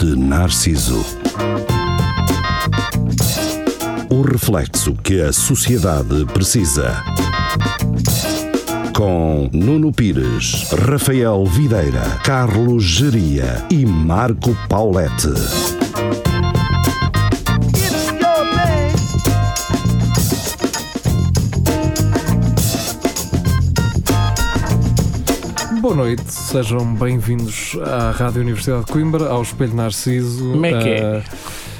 de Narciso. O reflexo que a sociedade precisa. Com Nuno Pires, Rafael Videira, Carlos Geria e Marco Paulette. Boa noite, sejam bem-vindos à Rádio Universidade de Coimbra, ao Espelho Narciso. Como é que é? Ah,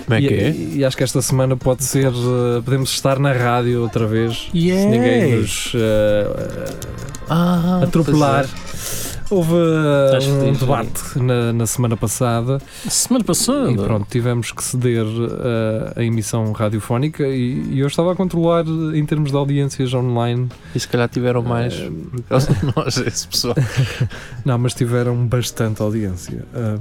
Como é que é? e, e acho que esta semana pode ser. ah, podemos estar na rádio outra vez. Yay! Se ninguém nos ah, Ah, é. atropelar. Houve ah, Estás um feliz, debate na, na semana passada pois é. Semana passada. e pronto, tivemos que ceder ah, a emissão radiofónica e, e eu estava a controlar ah, em termos de audiências online. E se calhar tiveram mais. Ah, Por causa de nós, esse pessoal. Não, mas tiveram bastante audiência. Ah,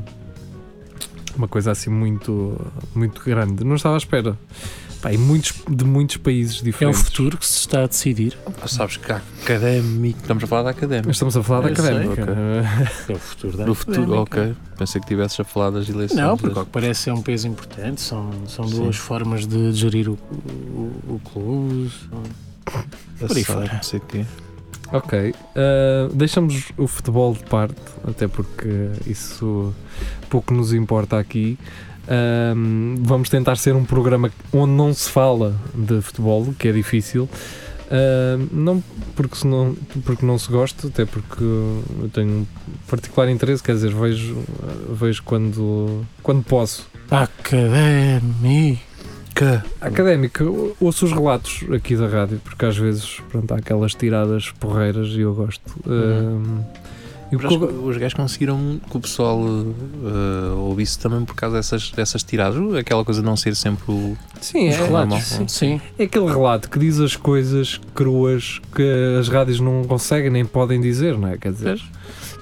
uma coisa assim muito, muito grande. Não estava à espera. Pá, e muitos, de muitos um países É o diferentes. futuro que se está a decidir. Sabes que há académico. Estamos a falar da académica. Estamos a falar da Eu sei, académica. ok. Ah, É o futuro da Do futuro, ok. Pensei que tivesses a falar das eleições. Não, porque das- ao que parece é um peso importante. São, são Sim. duas formas de gerir o, o, o clube. das por SAD, aí fora. Não sei o quê. ok. Ah, deixamos o futebol de parte, até porque isso pouco nos importa aqui. Ah, vamos tentar ser um programa onde não se fala de futebol, que é difícil. Ah, não porque, se não porque não se gosta, até porque eu tenho um particular interesse, quer dizer, vejo, vejo quando, quando posso. Académico. Académico, eu ouço os relatos aqui da rádio, porque às vezes pronto, há aquelas tiradas porreiras e eu gosto. Uhum. Ah, e o Mas acho que que eu- os gajos conseguiram que o pessoal eh, eh, ouvisse também por causa dessas, dessas tiradas. Uh, Aquela coisa de não ser sempre o. sim, Os é, relatos. normal. Sim, sim. é aquele relato que diz as coisas cruas que as rádios não conseguem nem podem dizer, não é? Quer dizer,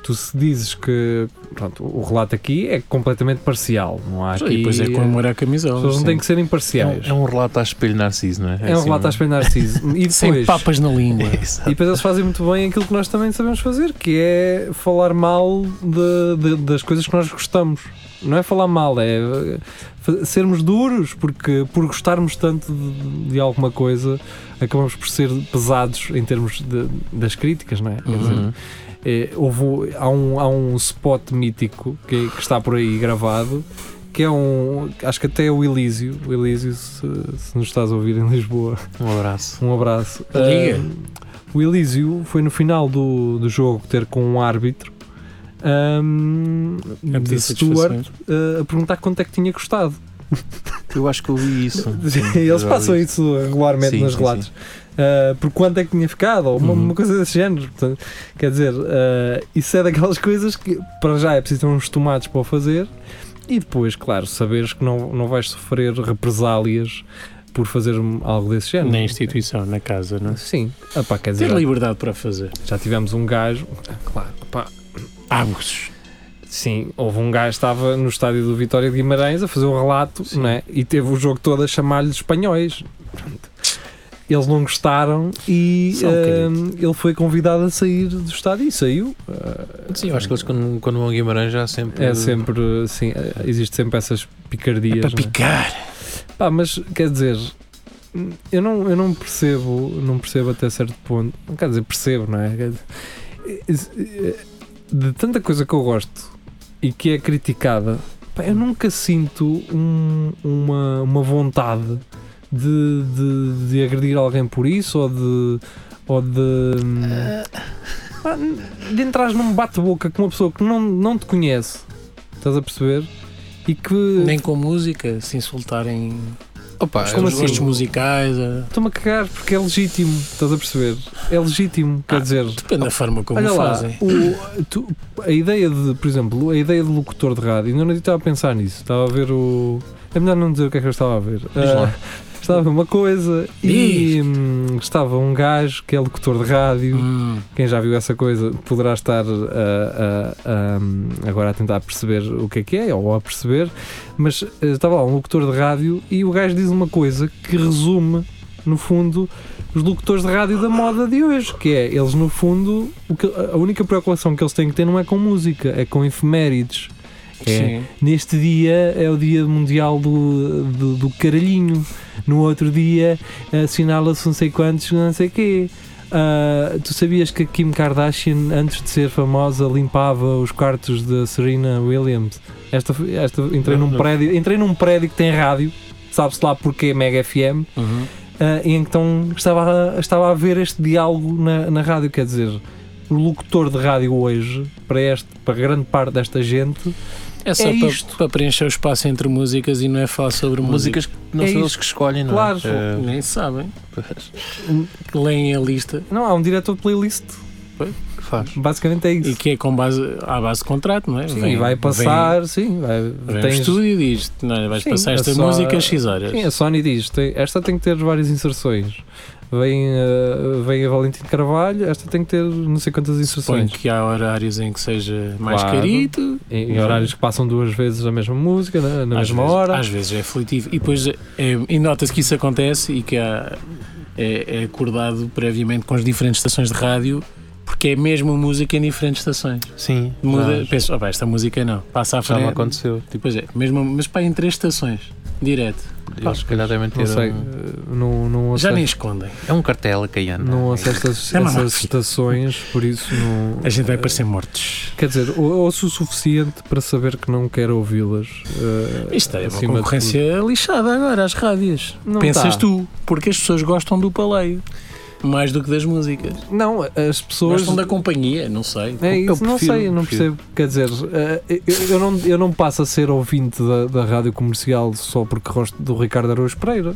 tu se dizes que pronto, o relato aqui é completamente parcial, não há aqui. E depois é com eh, amor à As camisola. pessoas não sim. têm que ser É um, imparciais. é um relato a espelho narciso, não é? É um relato às penas narciso. E Sem depois, papas na língua. e depois eles fazem muito bem aquilo que nós também sabemos fazer, que é falar mal de- de- das coisas que nós gostamos. Não é falar mal, é eh, fa- sermos duros, porque por gostarmos tanto de, de alguma coisa, acabamos por ser pesados em termos de- das críticas, não é? Quer dizer, Uhum. é, houve- há, um, há um spot mítico que, que está por aí gravado que é um. Acho que até é o Elísio. O Elísio, se, se nos estás a ouvir em Lisboa, Um abraço. um abraço. Liga. Ahm, o Elísio foi no final do, do jogo ter com um árbitro ahm, É de Stuart pedir satisfações. ah, a perguntar quanto é que tinha custado. Eu acho que eu vi isso. Eles passam isso regularmente Sim, nos sim, relatos. Ah, por quanto é que tinha ficado, ou uma, Uhum. uma coisa desse género. Portanto, quer dizer, ah, isso é daquelas coisas que para já é preciso ter uns tomates para o fazer e depois, claro, saberes que não, não vais sofrer represálias por fazer um, algo desse género. É Na instituição, na casa, não é? Sim, ah, pá, quer dizer, Ter já, liberdade para fazer. já tivemos um gajo, claro, pá, Abos. Sim, houve um gajo que estava no estádio do Vitória de Guimarães a fazer um relato não é? e teve o jogo todo a chamar-lhe espanhóis. Pronto. Eles não gostaram e Só um ahm, ele foi convidado a sair do estádio e saiu. Ah, Sim, eu acho que eles quando, quando vão a Guimarães já sempre. É sempre, sim, ah, existe sempre essas picardias. Hum. É para não é? picar. Pá, mas quer dizer, eu não, eu não percebo, não percebo até certo ponto. Não quer dizer, percebo, não é? Quer dizer, eh, De tanta coisa que eu gosto e que é criticada, pá, eu nunca sinto um- uma, uma vontade de, de, de agredir alguém por isso ou de. Ou de, hum, pá, de entrar num bate-boca com uma pessoa que não, não te conhece, estás a perceber? E que. Nem com música, se insultarem Opa, os como eles- assim? gostos musicais. eh, a- Estou-me a cagar porque é legítimo, estás a perceber? É legítimo, quer Ah, dizer, Depende da forma como olha lá, fazem. o- tu- a ideia de, por exemplo, a ideia de locutor de rádio, ainda não estava a pensar nisso, estava a ver o. É melhor não dizer o que é que eu estava a ver. lá. Ah, estava a ver uma coisa e hum, estava um gajo que é locutor de rádio. Hum. Quem já viu essa coisa poderá estar ah, ah, ah, agora a tentar perceber o que é que é, ou a perceber, mas ah, estava lá um locutor de rádio e o gajo diz uma coisa que resume, no fundo, os locutores de rádio da moda de hoje, que é, eles no fundo, o que- a única preocupação que eles têm que ter não é com música, é com efemérides. É, Sim. Neste dia é o dia mundial do, do, do caralhinho. No outro dia assinala-se não sei quantos, não sei quê. Ah, tu sabias que a Kim Kardashian, antes de ser famosa, limpava os quartos da Serena Williams? Esta, esta, entrei, Não, num não. prédio, entrei num prédio que tem rádio, sabe-se lá porquê, Mega FM, Uhum. ah, e então estava a, estava a ver este diálogo na, na rádio, quer dizer, o locutor de rádio hoje, para, este, para grande parte desta gente, É só É para, isto. para preencher o espaço entre músicas e não é falar sobre música. Músicas que não É são eles isto. que escolhem, não Claro. é? Nem sabem. É, Que leem a lista não, há um diretor de playlist, que faz. basicamente é e isso. que é com base, à base de contrato, não é? Sim, Vem- vai passar, sim, vai, Vem, vem o tens- estúdio e diz-te: não, vais Sim, passar é esta só- música às 6 horas. sim, a Sony diz, tem- esta tem que ter várias inserções. Vem, ah, vem a Valentim Carvalho, esta tem que ter não sei quantas Suponho inserções. que há horários em que seja mais Claro. carito. Em, em horários que passam duas vezes a mesma música, na, na às mesma vezes, hora. Às vezes é aflitivo. E depois é, e nota-se que isso acontece e que há- é, é acordado previamente com as diferentes estações de rádio, porque é a mesma música em diferentes estações. Sim. é Muda, já- penso, "Ah, pá, esta música não, passa à Já me frente. aconteceu. Tipo, Pois é, mesmo, mas pá, em três estações, direto. eles se calhar devem ter. Não sei, um- ah, não, não Já aceito. nem escondem. É um cartel a caiana. Não ouço estas, É uma essas máfia. estações, por isso não. A gente vai parecer mortos. Quer dizer, ou- ouço o suficiente para saber que não quero ouvi-las. eh, Isto é uma acima de concorrência lixada agora, às rádios. Não Pensas tá. tu, porque as pessoas gostam do paleio, mais do que das músicas. tudo. Não, as pessoas. Gostam da companhia, não sei. É isso, não prefiro- sei, eu não prefiro. percebo. Quer dizer, eh, eu, eu não, eu não passo a ser ouvinte da, da rádio comercial só porque gosto do Ricardo Araújo Pereira.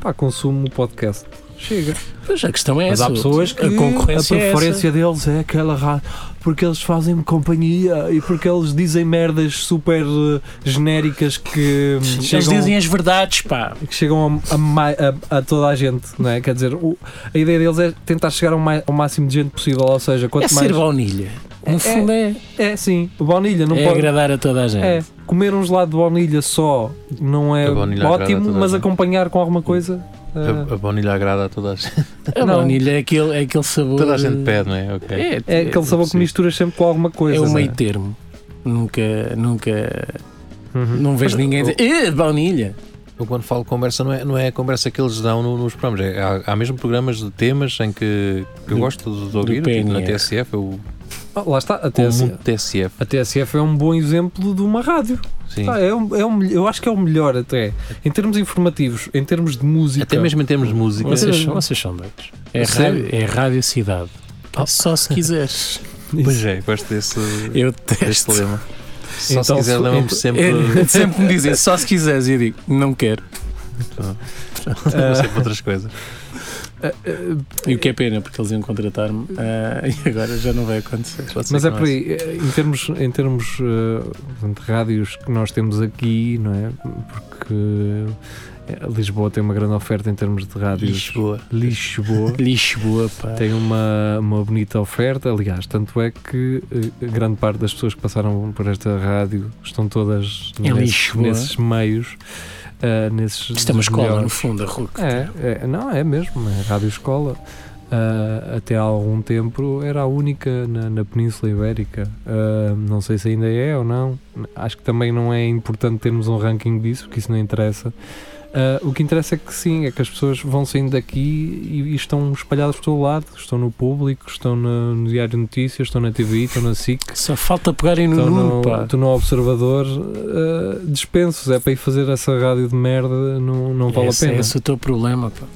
Pá, consumo o podcast. Chega. Pois a questão é Mas há essa. pessoas que a concorrência a é preferência deles é aquela rádio porque eles fazem-me companhia e porque eles dizem merdas super eh, genéricas que hum, essa. Eles chegam, dizem as verdades, pá. que chegam a, a mai- a- a toda a gente, não é? Quer dizer, o- a ideia deles é tentar chegar ao, mai- ao máximo de gente possível, ou seja, É quanto mais. ser baunilha. É- No fundo é, É sim, baunilha, não é pode. agradar a toda a gente. É, comer um gelado de baunilha só não é A baunilha agrada a ótimo, toda a mas gente. É acompanhar com alguma coisa. eh, A, a baunilha agrada a toda a gente. A Não. baunilha é aquele, é aquele sabor. Toda a gente pede, não é? Ok. É, é aquele sabor que sim. misturas sempre com alguma coisa. é o não meio termo. Nunca, nunca, Uhum. não vejo ninguém dizer, eh, baunilha. Eu quando falo conversa não é, não é a conversa que eles dão no- nos programas. É, há, há mesmo programas de temas em que que eu Do- gosto de, de ouvir, PNR. tipo na TSF, eu Ah, Lá está, a como TSF. muito TSF. A TSF é um bom exemplo de uma rádio. Sim. Ah, é um- é um- eu acho que é o melhor até. Em termos informativos, em termos de música. é Até mesmo em termos de música. Vocês, Sim. são- vocês são doidos. É, Sério? rádio, é rádio cidade. Só se quiseres. Pois é, gosto desse, Eu desse testo. lema. Só se Então, quiser, se- lembro-me então- sempre. É, sempre me dizem, só se quiseres. E eu digo, não quero. lembro-me Ah. sempre outras coisas. eh, E o que é pena, porque eles iam contratar-me ah, e agora já não vai acontecer. Mas é por aí, eh, em termos, em termos eh, portanto, de rádios que nós temos aqui, não é? Porque eh, Lisboa tem uma grande oferta em termos de rádios. Lisboa. Lisboa. Lisboa, pá. Tem uma, uma bonita oferta, aliás, tanto é que eh, grande parte das pessoas que passaram por esta rádio estão todas Em nesses- Lisboa. nesses meios. eh, nesses Isto é uma dos escola, melhores. no fundo, a RUC. É, é, não, é mesmo, é Rádio Escola. Ah, até há algum tempo era a única na, na Península Ibérica. Ah, não sei se ainda é ou não. Acho que também não é importante termos um ranking disso, porque isso não interessa. Ah, o que interessa é que sim, é que as pessoas vão saindo daqui e, e estão espalhadas por todo lado. Estão no público, estão na- no Diário de Notícias, estão na TV, estão na SIC. Só falta pegarem no Estou Nuno, no, pá. estou no Observador, ah, dispensos. É para ir fazer essa rádio de merda, não, não vale esse, a pena. esse é o teu problema, pá.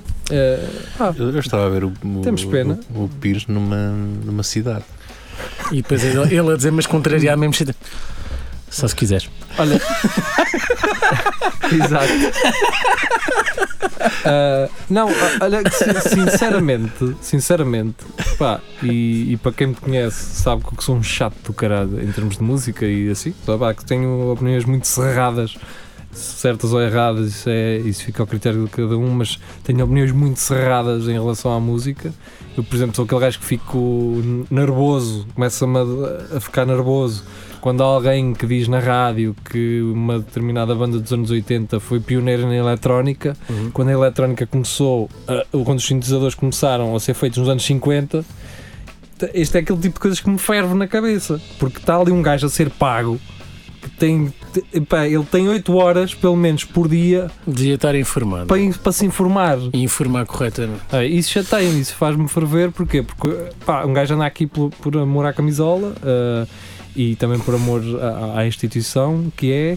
Ah, Eu, eu estava a ver o, o, Temos pena. o, o Pires numa, numa cidade. E depois ele ele a dizer, mas contrariar mesmo sítio. Só se quiseres. Olha. Exato. Ah, não, ah, olha, que sin- sinceramente, sinceramente, pá, e, e para quem me conhece sabe que eu sou um chato do caralho em termos de música e assim, só pá, que tenho opiniões muito cerradas, certas ou erradas, isso, é, isso fica ao critério de cada um, mas tenho opiniões muito cerradas em relação à música. Eu, por exemplo, sou aquele gajo que fico n- nervoso, começa-me a, a ficar nervoso quando há alguém que diz na rádio que uma determinada banda dos anos 80 foi pioneira na eletrónica, quando a eletrónica começou, a- ou quando os sintetizadores começaram a ser feitos nos anos 50, t- este é aquele tipo de coisas que me ferve na cabeça, porque está ali um gajo a ser pago que tem, te- pá, ele tem 8 horas, pelo menos, por dia Devia estar informado. para, in- para se informar. E informar corretamente. Ah, isso chateia-me, isso faz-me ferver, porquê? Porque pá, um gajo anda aqui por, por amor à camisola ah, e também por amor à, à instituição que é,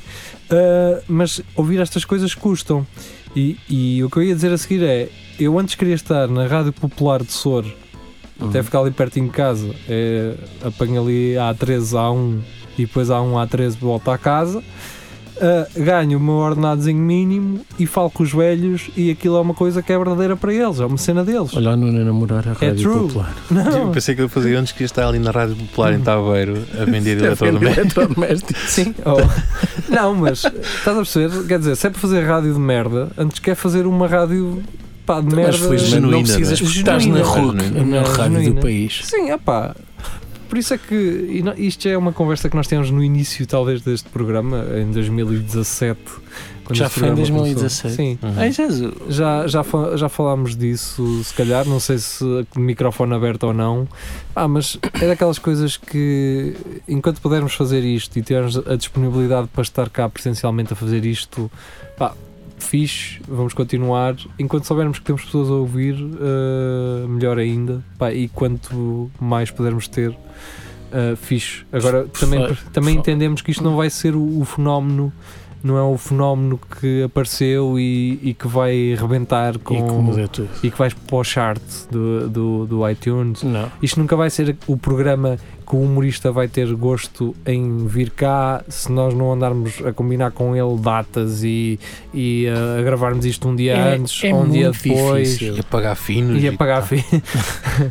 ah, mas ouvir estas coisas custam. E, e o que eu ia dizer a seguir é: eu antes queria estar na Rádio Popular de Sor, Uhum. até ficar ali pertinho de casa, é, apanho ali a A13, A1 e depois A1, A13 volto à casa. ah, ganho o meu ordenadozinho mínimo e falo com os velhos e aquilo é uma coisa que é verdadeira para eles, é uma cena deles. Olha o Nuno a namorar a Rádio É true. Popular. Eu Não, pensei que eu fazia antes que ia estar ali na Rádio Popular Uhum. em Taveiro a vender eletrodomésticos. Eletrodoméstico. sim. oh. Não, mas estás a perceber? Quer dizer, se é para fazer rádio de merda, antes quer fazer uma rádio pá, de Mas merda. felizmente não genuína, precisas né? porque estás na Genuína. RUC, a melhor Genuína. rádio do país. Sim, opá. Por isso é que e no- isto é uma conversa que nós temos no início, talvez, deste programa, em 2017. quando Já este foi em programa começou. 2017? Sim. Uhum. Ai, Jesus. Já, já, fa- já falámos disso, se calhar, não sei se com o microfone aberto ou não. Ah, mas é daquelas coisas que, enquanto pudermos fazer isto e tivermos a disponibilidade para estar cá presencialmente a fazer isto, pá, fixe, vamos continuar. Enquanto soubermos que temos pessoas a ouvir, eh, melhor ainda. Pá, e quanto mais pudermos ter, eh, fixe. Agora, também, Perfeito. também entendemos que isto não vai ser o, o fenómeno. Não é o fenómeno que apareceu e, e que vai rebentar E que com. muda é tudo. E que vais para o chart do, do, do iTunes. Não. Isto nunca vai ser o programa que o humorista vai ter gosto em vir cá se nós não andarmos a combinar com ele datas e, e uh, a gravarmos isto um dia É- antes é ou um dia muito depois difícil. Ia pagar finos. e apagar a tal. fim.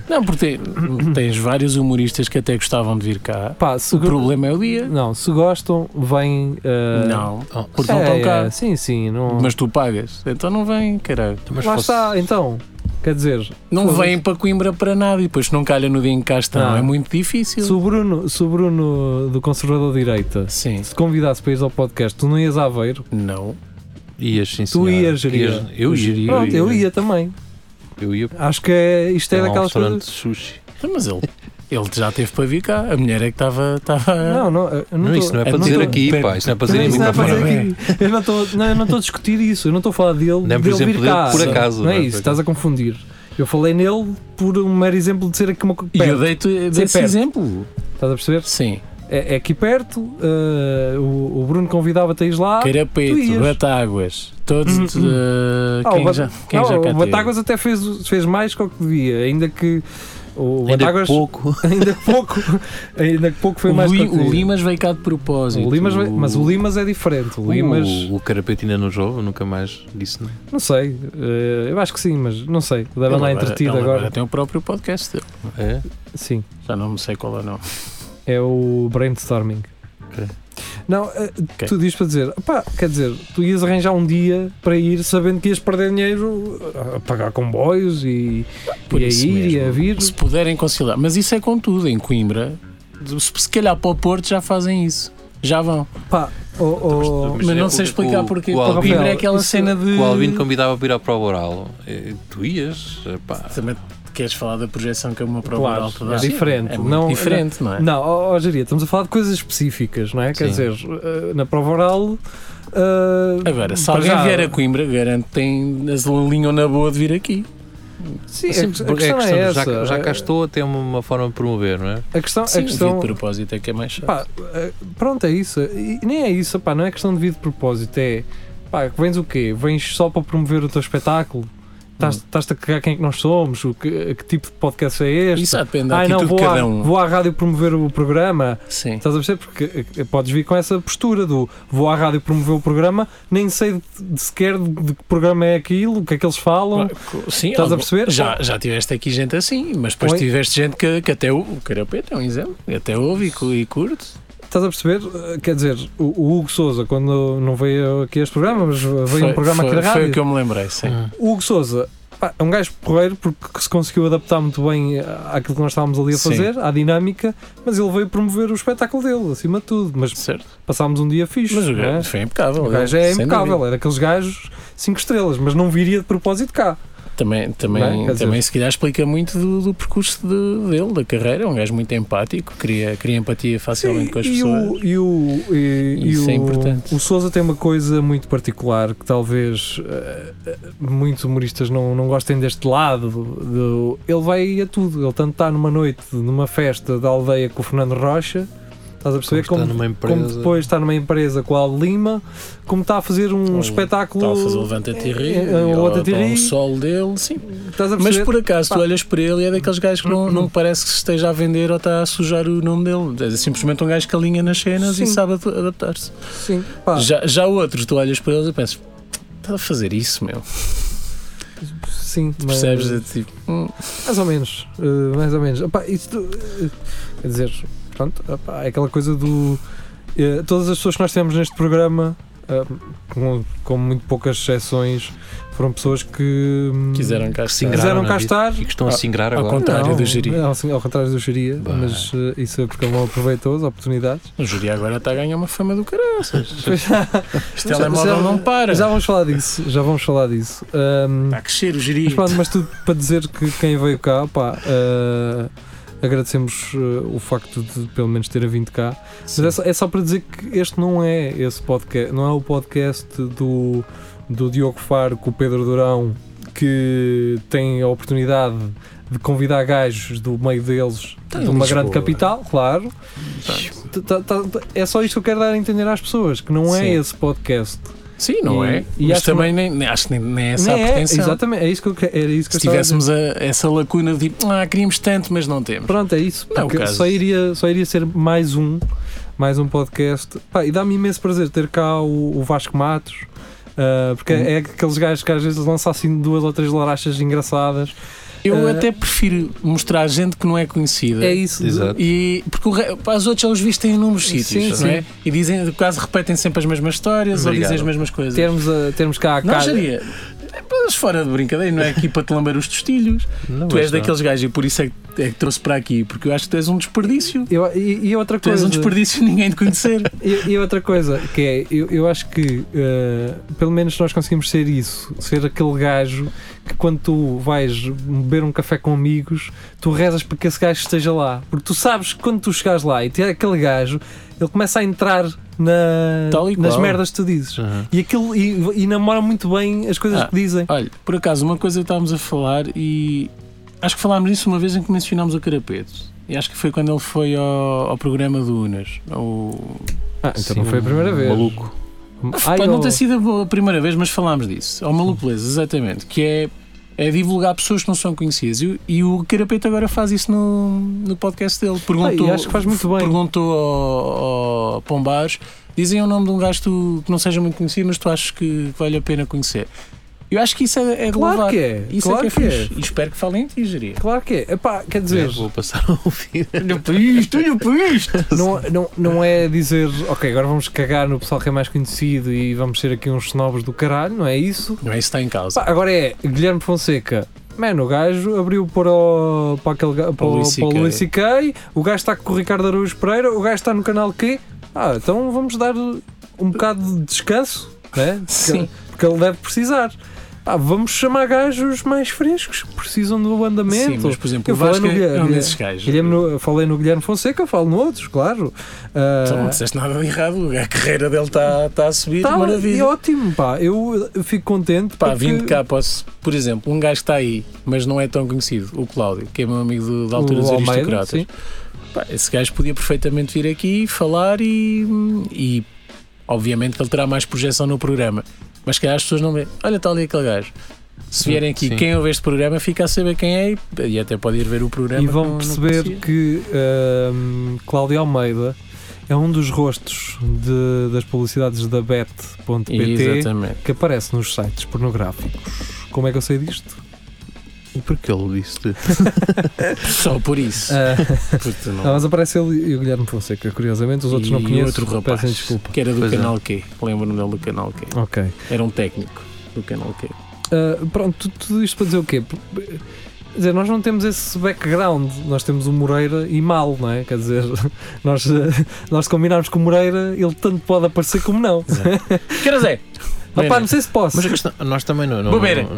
Não, porque tem- tens vários humoristas que até gostavam de vir cá. Pá, se O go- problema é o dia. Não, se gostam, vêm. uh, Não. Oh, Porque é, não estão cá. é, sim, sim. Não... Mas tu pagas. Então não vêm, caralho. mas Lá fosse- está, então. Quer dizer, Não Foda-se. Ah. vêm para Coimbra para nada e depois se não calha no dia em que cá estão. Não. É muito difícil. se o Bruno, se o Bruno do Conservador de Direita Sim. se te convidasse para ir ao podcast, tu não ias a Aveiro. Não. Ias, sim, Tu senhora. ias, geria. Eu ia. Pronto, eu ia também. Eu ia. Acho que é, isto é Tem lá um daquelas restaurante coisas. de sushi. Então, Mas ele, ele já teve para vir cá. A mulher é que estava. estava- Não, não, eu não, Não, tô- isto não é eu para não dizer tô- aqui, Pera- pá. Isto não é para Não, dizer em isso não é para microfone. dizer aqui. Eu não estou- não, eu não estou a discutir isso, eu não estou a falar dele, Não é por dele exemplo vir dele, cá. por acaso, Não é não é? isso, Por estás a confundir. Eu falei nele por um mero exemplo de ser aqui uma co- E eu perto. dei-te dei esse perto. exemplo. Estás a perceber? Sim. É, é aqui perto, eh, o, o Bruno convidava-te a ir lá. Ah, tu Carapeto, ias. Batáguas. Todos. Hum, hum. eh, Ah, o quem Bat- já, quem Não, já cá o teve? Batáguas até fez, fez mais que o que devia, ainda que o Ainda Batáguas pouco. ainda que pouco, ainda que pouco foi O mais Li- que o que o devia. Limas veio cá de propósito. O Limas vai- mas o Limas é diferente. Uh. O Limas, O, o Carapeto ainda não jogo, nunca mais disse não. não sei, eh, eu acho que sim, mas não sei. Deve andar entretido ele é agora. tem o próprio podcast dele. É? Sim, Já não me sei qual é o nome. é o brainstorming. Ok. Não, eh, tu dizes para dizer, pá, quer dizer, tu ias arranjar um dia para ir sabendo que ias perder dinheiro eh, a pagar comboios e, Por e a isso ir e mesmo. a vir. Se puderem conciliar. Mas isso é com tudo em Coimbra. Se se calhar para o Porto já fazem isso. Já vão. Pá, oh, ou- ou- Mas Mas, não é sei o- explicar o- porquê. o Para Alvin- Coimbra é aquela isso- cena de. O Alvin convidava para ir à prova oral. Eh, Tu ias? eh, Pá. Também queres falar da projeção que é uma prova Claro, alta é dá? diferente. É muito Não- diferente, não é? Não, ó, ó, Jeria, estamos a falar de coisas específicas, não é? Quer Sim. dizer, eh, na prova oral. eh, Agora, se para alguém já- vier a Coimbra, garanto que tem alinham na boa de vir aqui. Sim, Sim, a, que- a porque é questão é, questão de essa. Já, já cá a- estou, tem uma, uma forma de promover, não é? A questão, Sim, a questão vir de propósito é que é mais chato. pá, eh, pronto, é isso. E nem é isso, pá, não é questão de vir de propósito. É pá, que vens o quê? Vens só para promover o teu espetáculo? Estás- Estás-te a cagar quem é que nós somos? O que, que tipo de podcast é este? Isso depende da Ai não, atitude de vou à, cada um. vou à rádio promover o programa. Sim. Estás a perceber? Porque eh, podes vir com essa postura do vou à rádio promover o programa, nem sei de- de sequer de, de que programa é aquilo, o que é que eles falam. Sim, Estás a algum- perceber? Já, já tiveste aqui gente assim, mas depois Oi. tiveste gente que, que até o, o Carapeto é um exemplo, até ouve e, cu- e curte. Estás a perceber? Eh, Quer dizer, o, o Hugo Souza, quando não veio aqui a este programa, mas veio um programa foi, aqui na Foi rádio. Ah. o que eu me lembrei, sim. Hum. O Hugo Souza pá, é um gajo porreiro porque se conseguiu adaptar muito bem à- àquilo que nós estávamos ali a Sim. fazer, à dinâmica, mas ele veio promover o espetáculo dele, acima de tudo. Mas Certo? passámos um dia fixe. Mas o não é? gajo foi impecável. O gajo ele, é sem impecável, dúvida. era aqueles gajos 5 estrelas, mas não viria de propósito cá. Também, também, Bem, quer também dizer- se calhar explica muito do, do percurso de- dele, da carreira. É um gajo muito empático, cria, cria empatia facilmente com as e, pessoas. O, e o, e, e Isso é o- importante. O Souza tem uma coisa muito particular que talvez eh, eh, muitos humoristas não, não gostem deste lado. do- ele vai a tudo. Ele tanto está numa noite, numa festa da aldeia com o Fernando Rocha. Estás a perceber? é Como Como, está numa como empresa. depois está numa empresa com a Al Lima, como está a fazer um Ou espetáculo. Está a um fazer o levanta-te e ri, É, é, o ou levanta-te e dá um ri. solo dele, sim. Estás a Mas perceber? por acaso Pá. Uhum. tu olhas para ele e é daqueles gajos que não, não me parece que se esteja a vender ou está a sujar o nome dele. É simplesmente um gajo que alinha nas cenas Sim. e sabe ad- adaptar-se. Sim, pá, Já, já outros, tu olhas para eles e pensas, está a fazer isso, meu. sim, mas- Percebes? É tipo, hum, Mais ou menos, eh, mais ou menos. Opá, isto, eh, quer dizer, pronto, opá, é aquela coisa do. eh, todas as pessoas que nós temos neste programa, eh, com, com muito poucas exceções, foram pessoas que hum, quiseram cá que se estar. engraçam. Engraram quiseram cá na vida. estar. E que estão a se ingrar é ao agora. contrário. do Jiri. Ao, ao contrário do Jiri, Bah. mas eh, isso é porque ele não aproveitou as oportunidades. O Júlio agora está a ganhar uma fama do caraças. Este Já- telemóvel já- não para. já vamos falar disso, já vamos falar disso. Hum, Está a crescer o Mas Jiri. pronto, mas tudo para dizer que quem veio cá, pá, eh, agradecemos eh, o facto de pelo menos ter vindo cá. Mas é só, é só para dizer que este não é esse podcast, não é o podcast do, do Diogo Faro com o Pedro Durão que tem a oportunidade de convidar gajos do meio deles Tá em de uma Lisboa. grande capital, claro. Tá- tá- tá- é só isto que eu quero dar a entender às pessoas, que não é Sim. esse podcast. Sim, não E- é? e mas acho que também nem, nem- acho que nem, nem é essa Nem a é, pretensão. exatamente, é isso que eu, que- era isso que Se eu estava a dizer. tivéssemos a- essa lacuna de tipo, ah, queríamos tanto, mas não temos. Pronto, é isso. Não é o Porque caso. só, iria, só iria ser mais um, mais um podcast. Pá, e dá-me imenso prazer ter cá o, o Vasco Matos. ah, porque Hum. é aqueles gajos que às vezes lançam assim duas ou três larachas engraçadas. Eu Eh, até prefiro mostrar gente que não é conhecida. É isso. Exato. E porque o re- pá, os outros eles vistem em inúmeros Sim, sítios, não é? E dizem, quase repetem sempre as mesmas histórias ou Obrigado. dizem as mesmas coisas. Termos, a, termos cá a não cara. seria. Mas fora de brincadeira, não é aqui para te lamber os tostilhos. Não, tu és mas não. daqueles gajos e por isso é que, é que trouxe para aqui, porque eu acho que tu és um desperdício. Eu- e, e outra Tu és coisa. um desperdício ninguém te conhecer. E, e outra coisa, que é, eu, eu acho que eh, pelo menos nós conseguimos ser isso, ser aquele gajo que quando tu vais beber um café com amigos, tu rezas para que esse gajo esteja lá. Porque tu sabes que quando tu chegares lá e tiver aquele gajo, ele começa a entrar na, Tal e nas qual. merdas que tu dizes. Aham. E, aquilo, e, e namora muito bem as coisas Ah. que dizem. Olha, por acaso, uma coisa que estávamos a falar e acho que falámos isso uma vez em que mencionámos o Carapeto. E acho que foi quando ele foi ao, ao programa do Unas. ao- Ah, então Sim, não foi a primeira um vez. Maluco. Ai, Pá, não oh, tem sido a primeira vez, mas falámos disso. Ao Malupleza, exatamente. Que é, é divulgar pessoas que não são conhecidas. E, o- e o Carapeto agora faz isso no, no podcast dele. Perguntou, e acho que faz muito bem. Perguntou ao, ao Pombares: dizem o nome de um gajo que tu- que não seja muito conhecido, mas tu achas que vale a pena conhecer. Eu acho que isso é, é de Claro louvar. que é. Isso claro é que é fixe. E espero que falem em ti, geria. Claro que é. Epá, quer É, dizer, vou passar a ouvir. Olha para isto, olha para isto. não, não, não é dizer, ok, agora vamos cagar no pessoal que é mais conhecido e vamos ser aqui uns snobs do caralho, não é isso? Não é isso que está em causa. Pá, agora é Guilherme Fonseca. Mano, o gajo abriu para, o, para, aquele, ga- para, o- Luís para o CK. Luís C.K., o gajo está com o Ricardo Araújo Pereira, o gajo está no canal Q. Ah, então vamos dar um bocado de descanso, né? Porque- Sim. Porque ele deve precisar. Ah, vamos chamar gajos mais frescos que precisam do andamento. Sim, mas por exemplo, Eu o Vasco falei no é um Guilherme. desses gajos. Guilherme no- falei no Guilherme Fonseca, falo no outros, claro. Ah, Então não disseste nada de errado, a carreira dele está está a subir, tá, maravilha. e ótimo, pá. Eu eu fico contente. Pá, porque- vindo cá, posso, por exemplo, um gajo que está aí, mas não é tão conhecido, o Cláudio, que é meu amigo do- da altura o dos Almeida, aristocratas. sim. Pá, esse gajo podia perfeitamente vir aqui falar e, e obviamente que ele terá mais projeção no programa. Mas se calhar as pessoas não veem. Olha, está ali aquele gajo. Se vierem aqui, sim. quem ouve este programa fica a saber quem é e, e até pode ir ver o programa. E que vão não- não perceber conhecia. que ah, Cláudio Almeida é um dos rostos de- das publicidades da é Bet.pt Exatamente. que aparece nos sites pornográficos. Como é que eu sei disto? E porquê ele disse? Só por isso. Ah, Puta, não. Ah, mas aparece ele e o Guilherme Fonseca, curiosamente, os outros não E conheço. outro rapaz. Peço desculpa. Ah. Que era do Pois é. canal Q. Lembro-me dele do canal Q. Ok. Era um técnico do canal Q. Ah, pronto, tu- tudo isto para dizer o quê? P- p- Quer dizer, nós não temos esse background, nós temos o Moreira e mal, não é? Quer dizer, ah, nós, eh, nós combinarmos com o Moreira, ele tanto pode aparecer como não. Que horas é? Opa, não sei se posso. Mas a questão, nós também não. não Vou ver. não- não-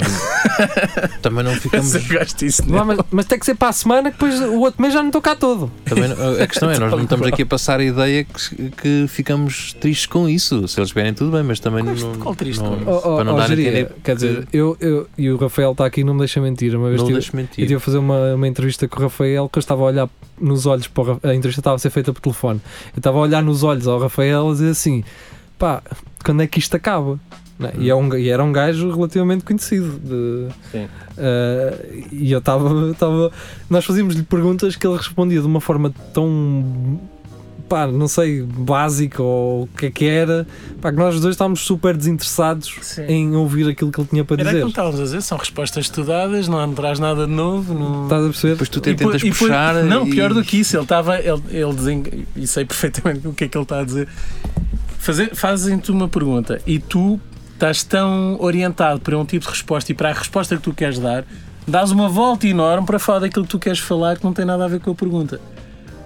também não Eu ficamos. só gosto disso. né? Lá, mas, mas tem que ser para a semana que depois o outro mês já não estou cá todo. Também não- a questão é, nós não estamos aqui a passar a ideia que, que ficamos tristes com isso. Se eles vierem, tudo bem, mas também Qual- não. qual triste não, com isso? Oh, oh, Para não oh, dar tipo a Jeria, entender quer dizer, eu, eu, e o Rafael está aqui, não me deixa mentir. Uma vez Não tive, deixo mentir. eu tive a fazer uma, uma entrevista com o Rafael que eu estava a olhar nos olhos para o Ra- A entrevista estava a ser feita por telefone. Eu estava a olhar nos olhos ao Rafael a dizer assim: pá, quando é que isto acaba? Não é? E, é um, e era um gajo relativamente conhecido. de- Hum. Sim. Ah, e eu estava. estava- Nós fazíamos-lhe perguntas que ele respondia de uma forma tão. pá, não sei, básica ou o que é que era. Pá, que nós os dois estávamos super desinteressados Sim. em ouvir aquilo que ele tinha para Era dizer. aquilo que estávamos a dizer, são respostas estudadas, não não traz nada de novo. Não... Estás a perceber? Depois tu E po- tentas e po- puxar. Não, e- pior do que isso, ele estava. Ele, ele desen- E sei perfeitamente o que é que ele está a dizer. Fazer- Fazem-te uma pergunta e tu estás tão orientado para um tipo de resposta e para a resposta que tu queres dar, dás uma volta enorme para falar daquilo que tu queres falar que não tem nada a ver com a pergunta.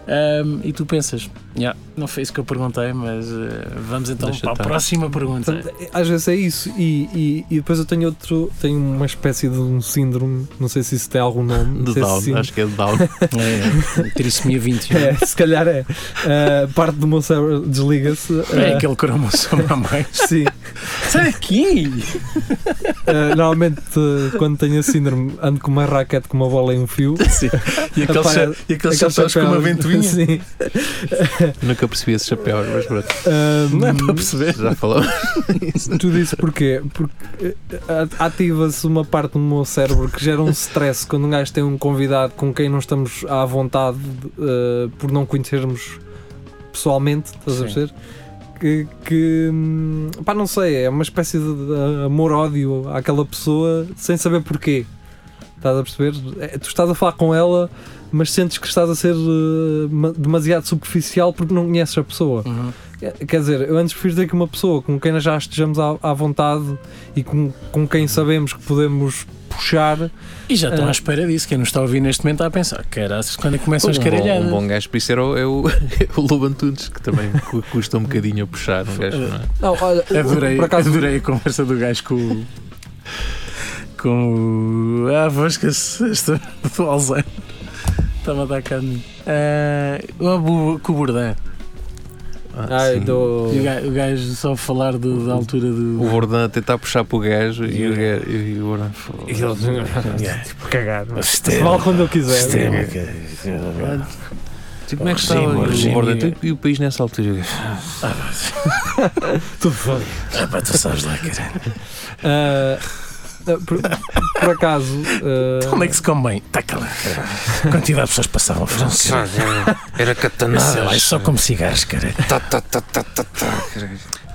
Ahm, e tu pensas, "Ya, não foi isso que eu perguntei, mas eh, vamos então Deixa para a estar. próxima pergunta. Portanto, às vezes é isso, e, e- e depois eu tenho outro, tenho uma espécie de um síndrome, não sei se isso tem algum nome, não De sei se down, sim- acho que é de down. É, Trissomia 21. É, se calhar é. Uh, parte do meu cérebro desliga-se. uh, É aquele cromossomo a mais. Sim. Sai daqui! Uh, normalmente uh, quando tenho a síndrome ando com uma raquete com uma bola em um fio. Sim. E aqueles Apaga- cha- e aqueles chapéus com uma chapéus. ventoinha. Sim. Nunca percebi esses chapéus, mas pronto, Um, Não é para perceber. Hum, já um falamos. Tudo isso porquê? Porque eh, a- ativa-se uma parte do meu cérebro que gera um stress quando um gajo tem um convidado com quem não estamos à vontade eh, por não conhecermos pessoalmente, estás a Sim. perceber? Que, que hum, pá, não sei, é uma espécie de de amor-ódio àquela pessoa sem saber porquê. Estás a perceber? É, tu estás a falar com ela, mas sentes que estás a ser eh, ma- demasiado superficial porque não conheces a pessoa. Uhum. Quer dizer, eu antes prefiro ter que uma pessoa com quem nós já estejamos à, à vontade e com, com quem sabemos que podemos puxar. E já estão Ah. à espera disso. Quem nos está a ouvir neste momento está a pensar: caraças, quando é que começam as Um bom, caralhadas? um bom gajo, por isso era o, é o, é o Lobo Antunes, que também cu- custa um bocadinho a puxar. Um gajo, não é? Não, olha, Adorei, por acaso, adorei a conversa do gajo com o. Com o. Ah, vou esquecer esta do Alzheimer. Estava a dar cá de mim. Ah, o Bu- com o Bourdain. Ah, Ai, sim. do- E O gajo, o gajo só a falar do- da altura O do. Bordan a tentar puxar para o gajo e o gajo. E o Bordan. Yeah. Tipo, cagar. não é? Sistema. Vale quando eu quiser. Tipo, como é que está Regime, o regime. Bordan? E o país nessa altura? Tudo bem. Ah, pá, tu sabes lá, caralho. Ah, ah, por, por acaso. ah, Onde é que se come bem? Taca lá. É. Quantidade de pessoas passavam francês. Era Catanás. Sei lá, isso só como cigarros, caralho. Tá, tá, tá, tá, tá, tá.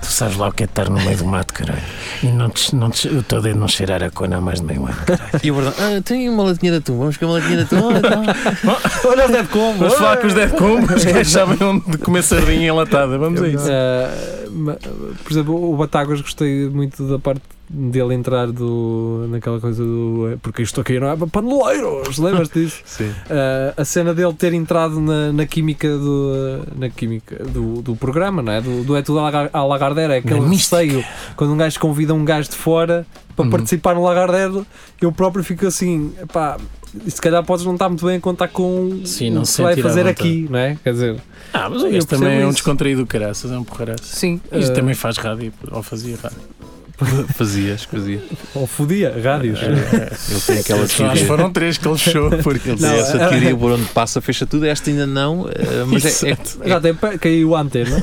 Tu sabes lá o que é estar no meio do mato, caralho. E não te, não te, o teu dedo não cheirar a cona há mais de meio ano. E o Bordan, ah, tem uma latinha de atum, vamos com uma latinha de atum. ah, tá. olha os Dead Combo! Vamos falar com os Dead Combos, que achavam onde comer sardinha enlatada. Vamos a isso. Ah, ma- por exemplo, o Batáguas gostei muito da parte dele entrar do, naquela coisa do. eh, Porque isto aqui não é para paneleiros, lembras-te disso? Sim. Ah, a cena dele ter entrado na, na química do ah, na química do, do programa, não é? Do, do é tudo à Lagar- à Lagardère, é aquele Na mística. receio quando um gajo convida um gajo de fora para Uhum. participar no Lagardère, eu próprio fico assim, pá, se calhar podes não estar muito bem a contar com Sim, o não que se sentir vai à fazer vontade. aqui, não é? Quer dizer, Ah, mas eu este também percebo é um isso. descontraído do caraças, é um porreiraço. sim, Isto ah, também faz rádio, ou fazia rádio. Fazia, acho que fazia. ou fodia rádios. É. Ele tem aquela Só acho que teoria. foram três que ele fechou, porque ele Não, disse, essa é- teoria por onde passa, fecha tudo, esta ainda não, eh, mas é, é, Já tem, pa- caiu a antena.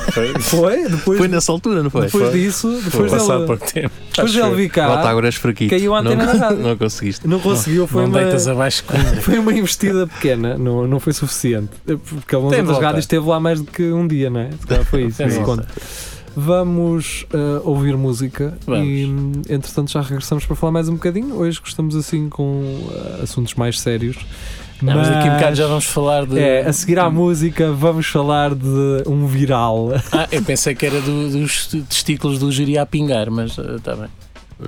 Foi, depois, foi nessa altura, não foi? depois disso, depois passado dele, pouco tempo. depois Acho dele eu. vir Lá está é, cá, agora és fraquito. caiu a antena não, da rádio. não conseguiste. Não conseguiu, foi Não uma, deitas abaixo com. foi uma investida pequena, não, não foi suficiente. É, Porque ele nas Tem outras volta. rádios esteve lá mais do que um dia, não é? Se calhar foi isso, Tem isso volta. conta. Vamos ah, ouvir música e, entretanto, já regressamos para falar mais um bocadinho. Hoje estamos assim com ah, assuntos mais sérios. Não, mas daqui a um bocado já Hum. vamos falar de. É, a seguir à música, vamos falar de um viral. Ah, eu pensei que era do- dos testículos do Jiri a pingar, mas está bem.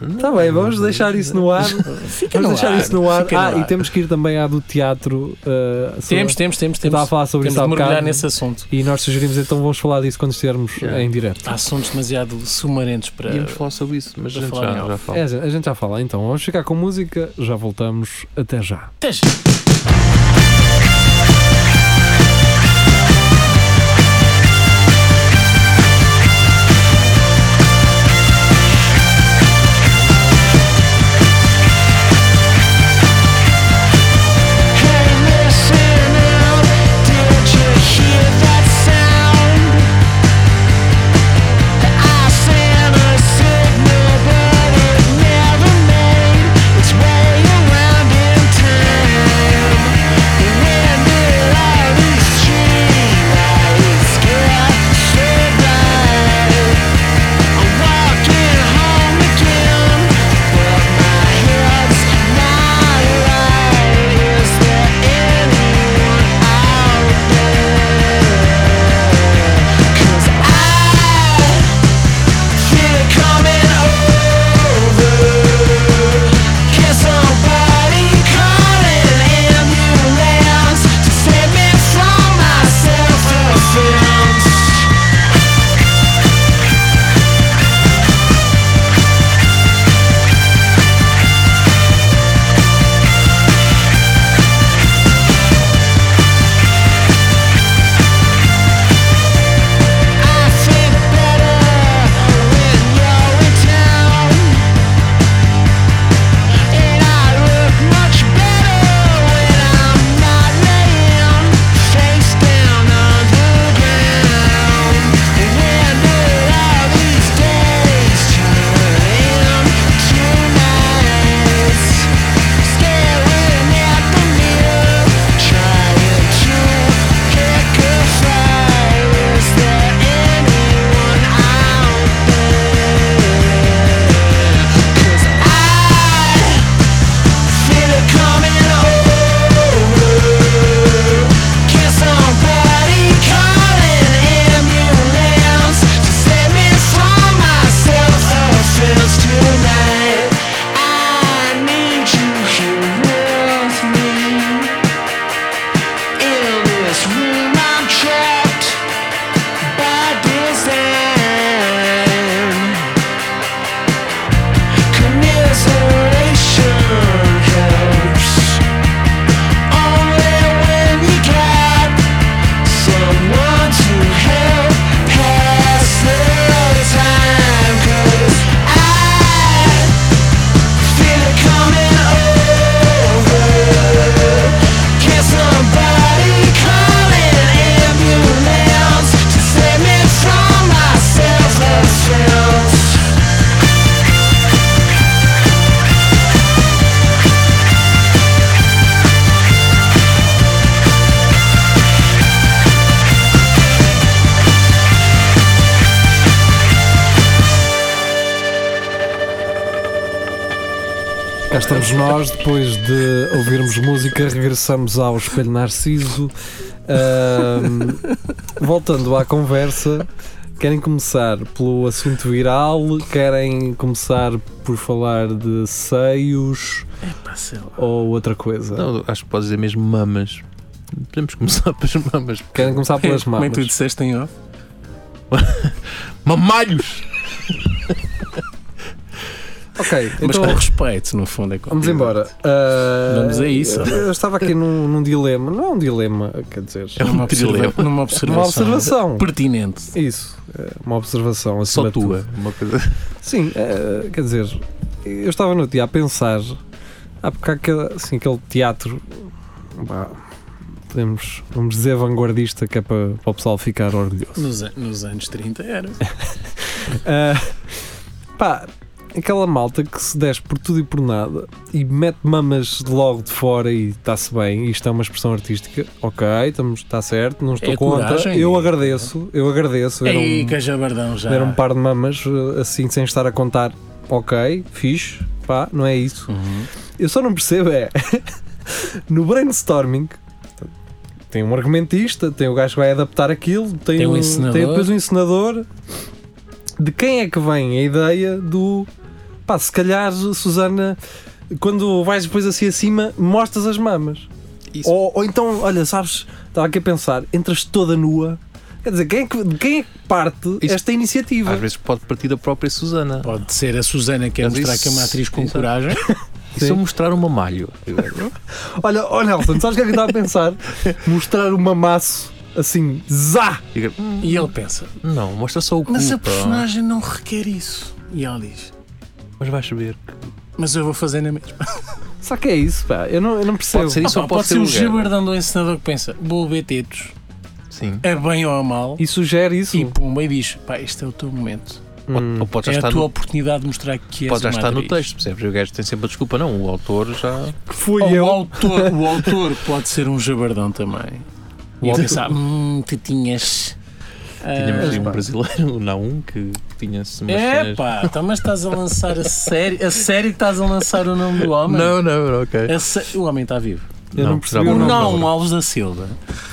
Está Tá bem, vamos deixar isso no ar. Fica Vamos no deixar ar, isso no ar. fica Ah, no e temos que ir também à do teatro. ah, sobre- Temos, temos, temos, estava a temos. falar sobre Temos isso há de mergulhar bocado. nesse assunto. E nós sugerimos, então vamos falar disso quando estivermos Yeah. em direto. Há assuntos demasiado sumarentes para. Íamos falar sobre isso, mas a para gente falar já, em já off. fala. É, a gente- a gente já fala, então. Vamos ficar com música, já voltamos. Até já. Até já. Tonight, I need you here with me. In this room, I'm trapped by design. Commiseration helps only when you got someone to help pass the time. 'Cause I feel it coming over. Can somebody call an ambulance to save me from myself? I felt. Cá estamos nós, depois de ouvirmos música, regressamos ao Espelho Narciso. Ahm, voltando à conversa, querem começar pelo assunto viral? Querem começar por falar de seios Pá, sei lá. ou outra coisa? Não, acho que podes dizer mesmo mamas. Podemos começar pelas mamas. Querem começar pelas Como é que tu mamas? disseste em off? Mamalhos! Ok, Mas então com respeito, no fundo. É vamos embora. Ah, Vamos a isso. Eu estava aqui num, num dilema, não é um dilema, quer dizer, é É um Numa, trilema. observa numa observação. uma observação. Pertinente. Isso, é uma observação acima Só de tudo. tua. Uma coisa. Sim, eh, quer dizer, eu estava no dia a pensar, há porque há aquele, assim, aquele teatro, pá, podemos, vamos dizer, vanguardista, que é para, para o pessoal ficar orgulhoso. Nos, an- nos anos 30 era. Ah, pá, aquela malta que se desce por tudo e por nada e mete mamas logo de fora e está-se bem, isto é uma expressão artística, ok, estamos, está certo, não estou É contra. coragem. eu agradeço, eu agradeço. era Ei, um- que jabardão já. Era um par de mamas, eh, assim, sem estar a contar. Ok, fixe, pá, não é isso. Uhum. Eu só não percebo é. no brainstorming, tem um argumentista, tem o gajo que vai adaptar aquilo, tem, Tem um um- encenador. tem depois um encenador. De quem é que vem a ideia do Pá, se calhar, Susana, quando vais depois assim acima, mostras as mamas. Isso. Ou, ou então, olha, sabes, estava aqui a pensar, entras toda nua. Quer dizer, quem é que, de quem é que parte Isso. esta iniciativa? Às vezes pode partir da própria Susana. Pode ser a Susana que quer Mas mostrar isso- que é uma atriz com isso- coragem. E se eu mostrar um uma malho? Olha, oh Nelson, sabes o que é que eu estava a pensar? Mostrar um mamaço assim, zá! Diga, "Hum, E ele pensa: não, mostra só o cu. Mas a Hum, pá. personagem não requer isso. E ela diz: Mas vais saber. que Mas eu vou fazer na mesma. Sabe o que é isso, pá? Eu não, eu não percebo. Pode ser isso Ah, ou pá, pode, pode ser o um lugar. gibardão do ensinador que pensa: Vou ver tetos, Sim. é bem ou é mal, E sugere isso. e pumba, e diz: Pá, este é o teu momento. Hum. Ou pode já é estar a tua no, oportunidade de mostrar que és pode já uma estar no atriz. texto, percebes? O gajo tem sempre a desculpa, não. O autor já. Fui Ou eu. O autor, o autor pode ser um jabardão também. O E autor- pensar, hum, tu tinhas. Tínhamos aí um ah, brasileiro, não um, que tinha-se umas é cenas- pá, então, mas estás a lançar a série, a série que estás a lançar o nome do homem. Não, não, não, ok. A sé- O homem está vivo. Eu não percebi já o O vou- nome. Não Alves da Silva.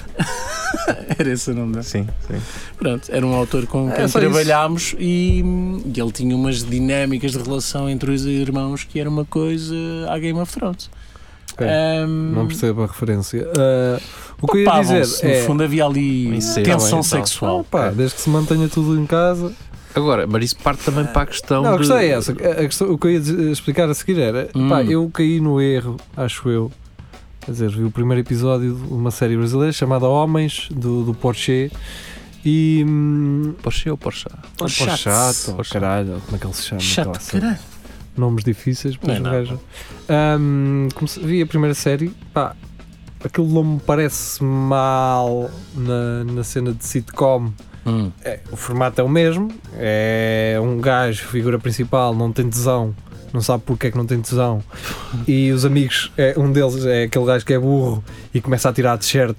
era esse o nome dele. Sim, sim. Pronto, era um autor com quem É só isso. trabalhámos e, e ele tinha umas dinâmicas de relação entre os irmãos que era uma coisa à Game of Thrones. Ok. Ahm, Não percebo a referência. Ah, o que eu ia Papavam-se, dizer no é. fundo havia ali Isso é, tá bem, então. tensão Ah, sexual. pá, desde que se mantenha tudo em casa. Agora, mas isso parte também para a questão. Não, a um de... questão é essa. A- a questão- o que eu ia dizer- explicar a seguir era: Hum. pá, eu caí no erro, acho eu. Quer dizer, vi o primeiro episódio de uma série brasileira chamada Homens, do, do Porsche. E. hum, Porsche ou Porsche? pá, Chato. Porchato, oh, caralho, como é que ele se chama? Chato, aquela série? caralho. nomes difíceis, mas Não é vejam. Ahm, comece- vi a primeira série, pá, aquilo não me parece mal na, na cena de sitcom. Hum. É, o formato é o mesmo, é um gajo, figura principal, não tem tesão, não sabe porque é que não tem tesão. E os amigos, é, um deles é aquele gajo que é burro e começa a tirar a t-shirt.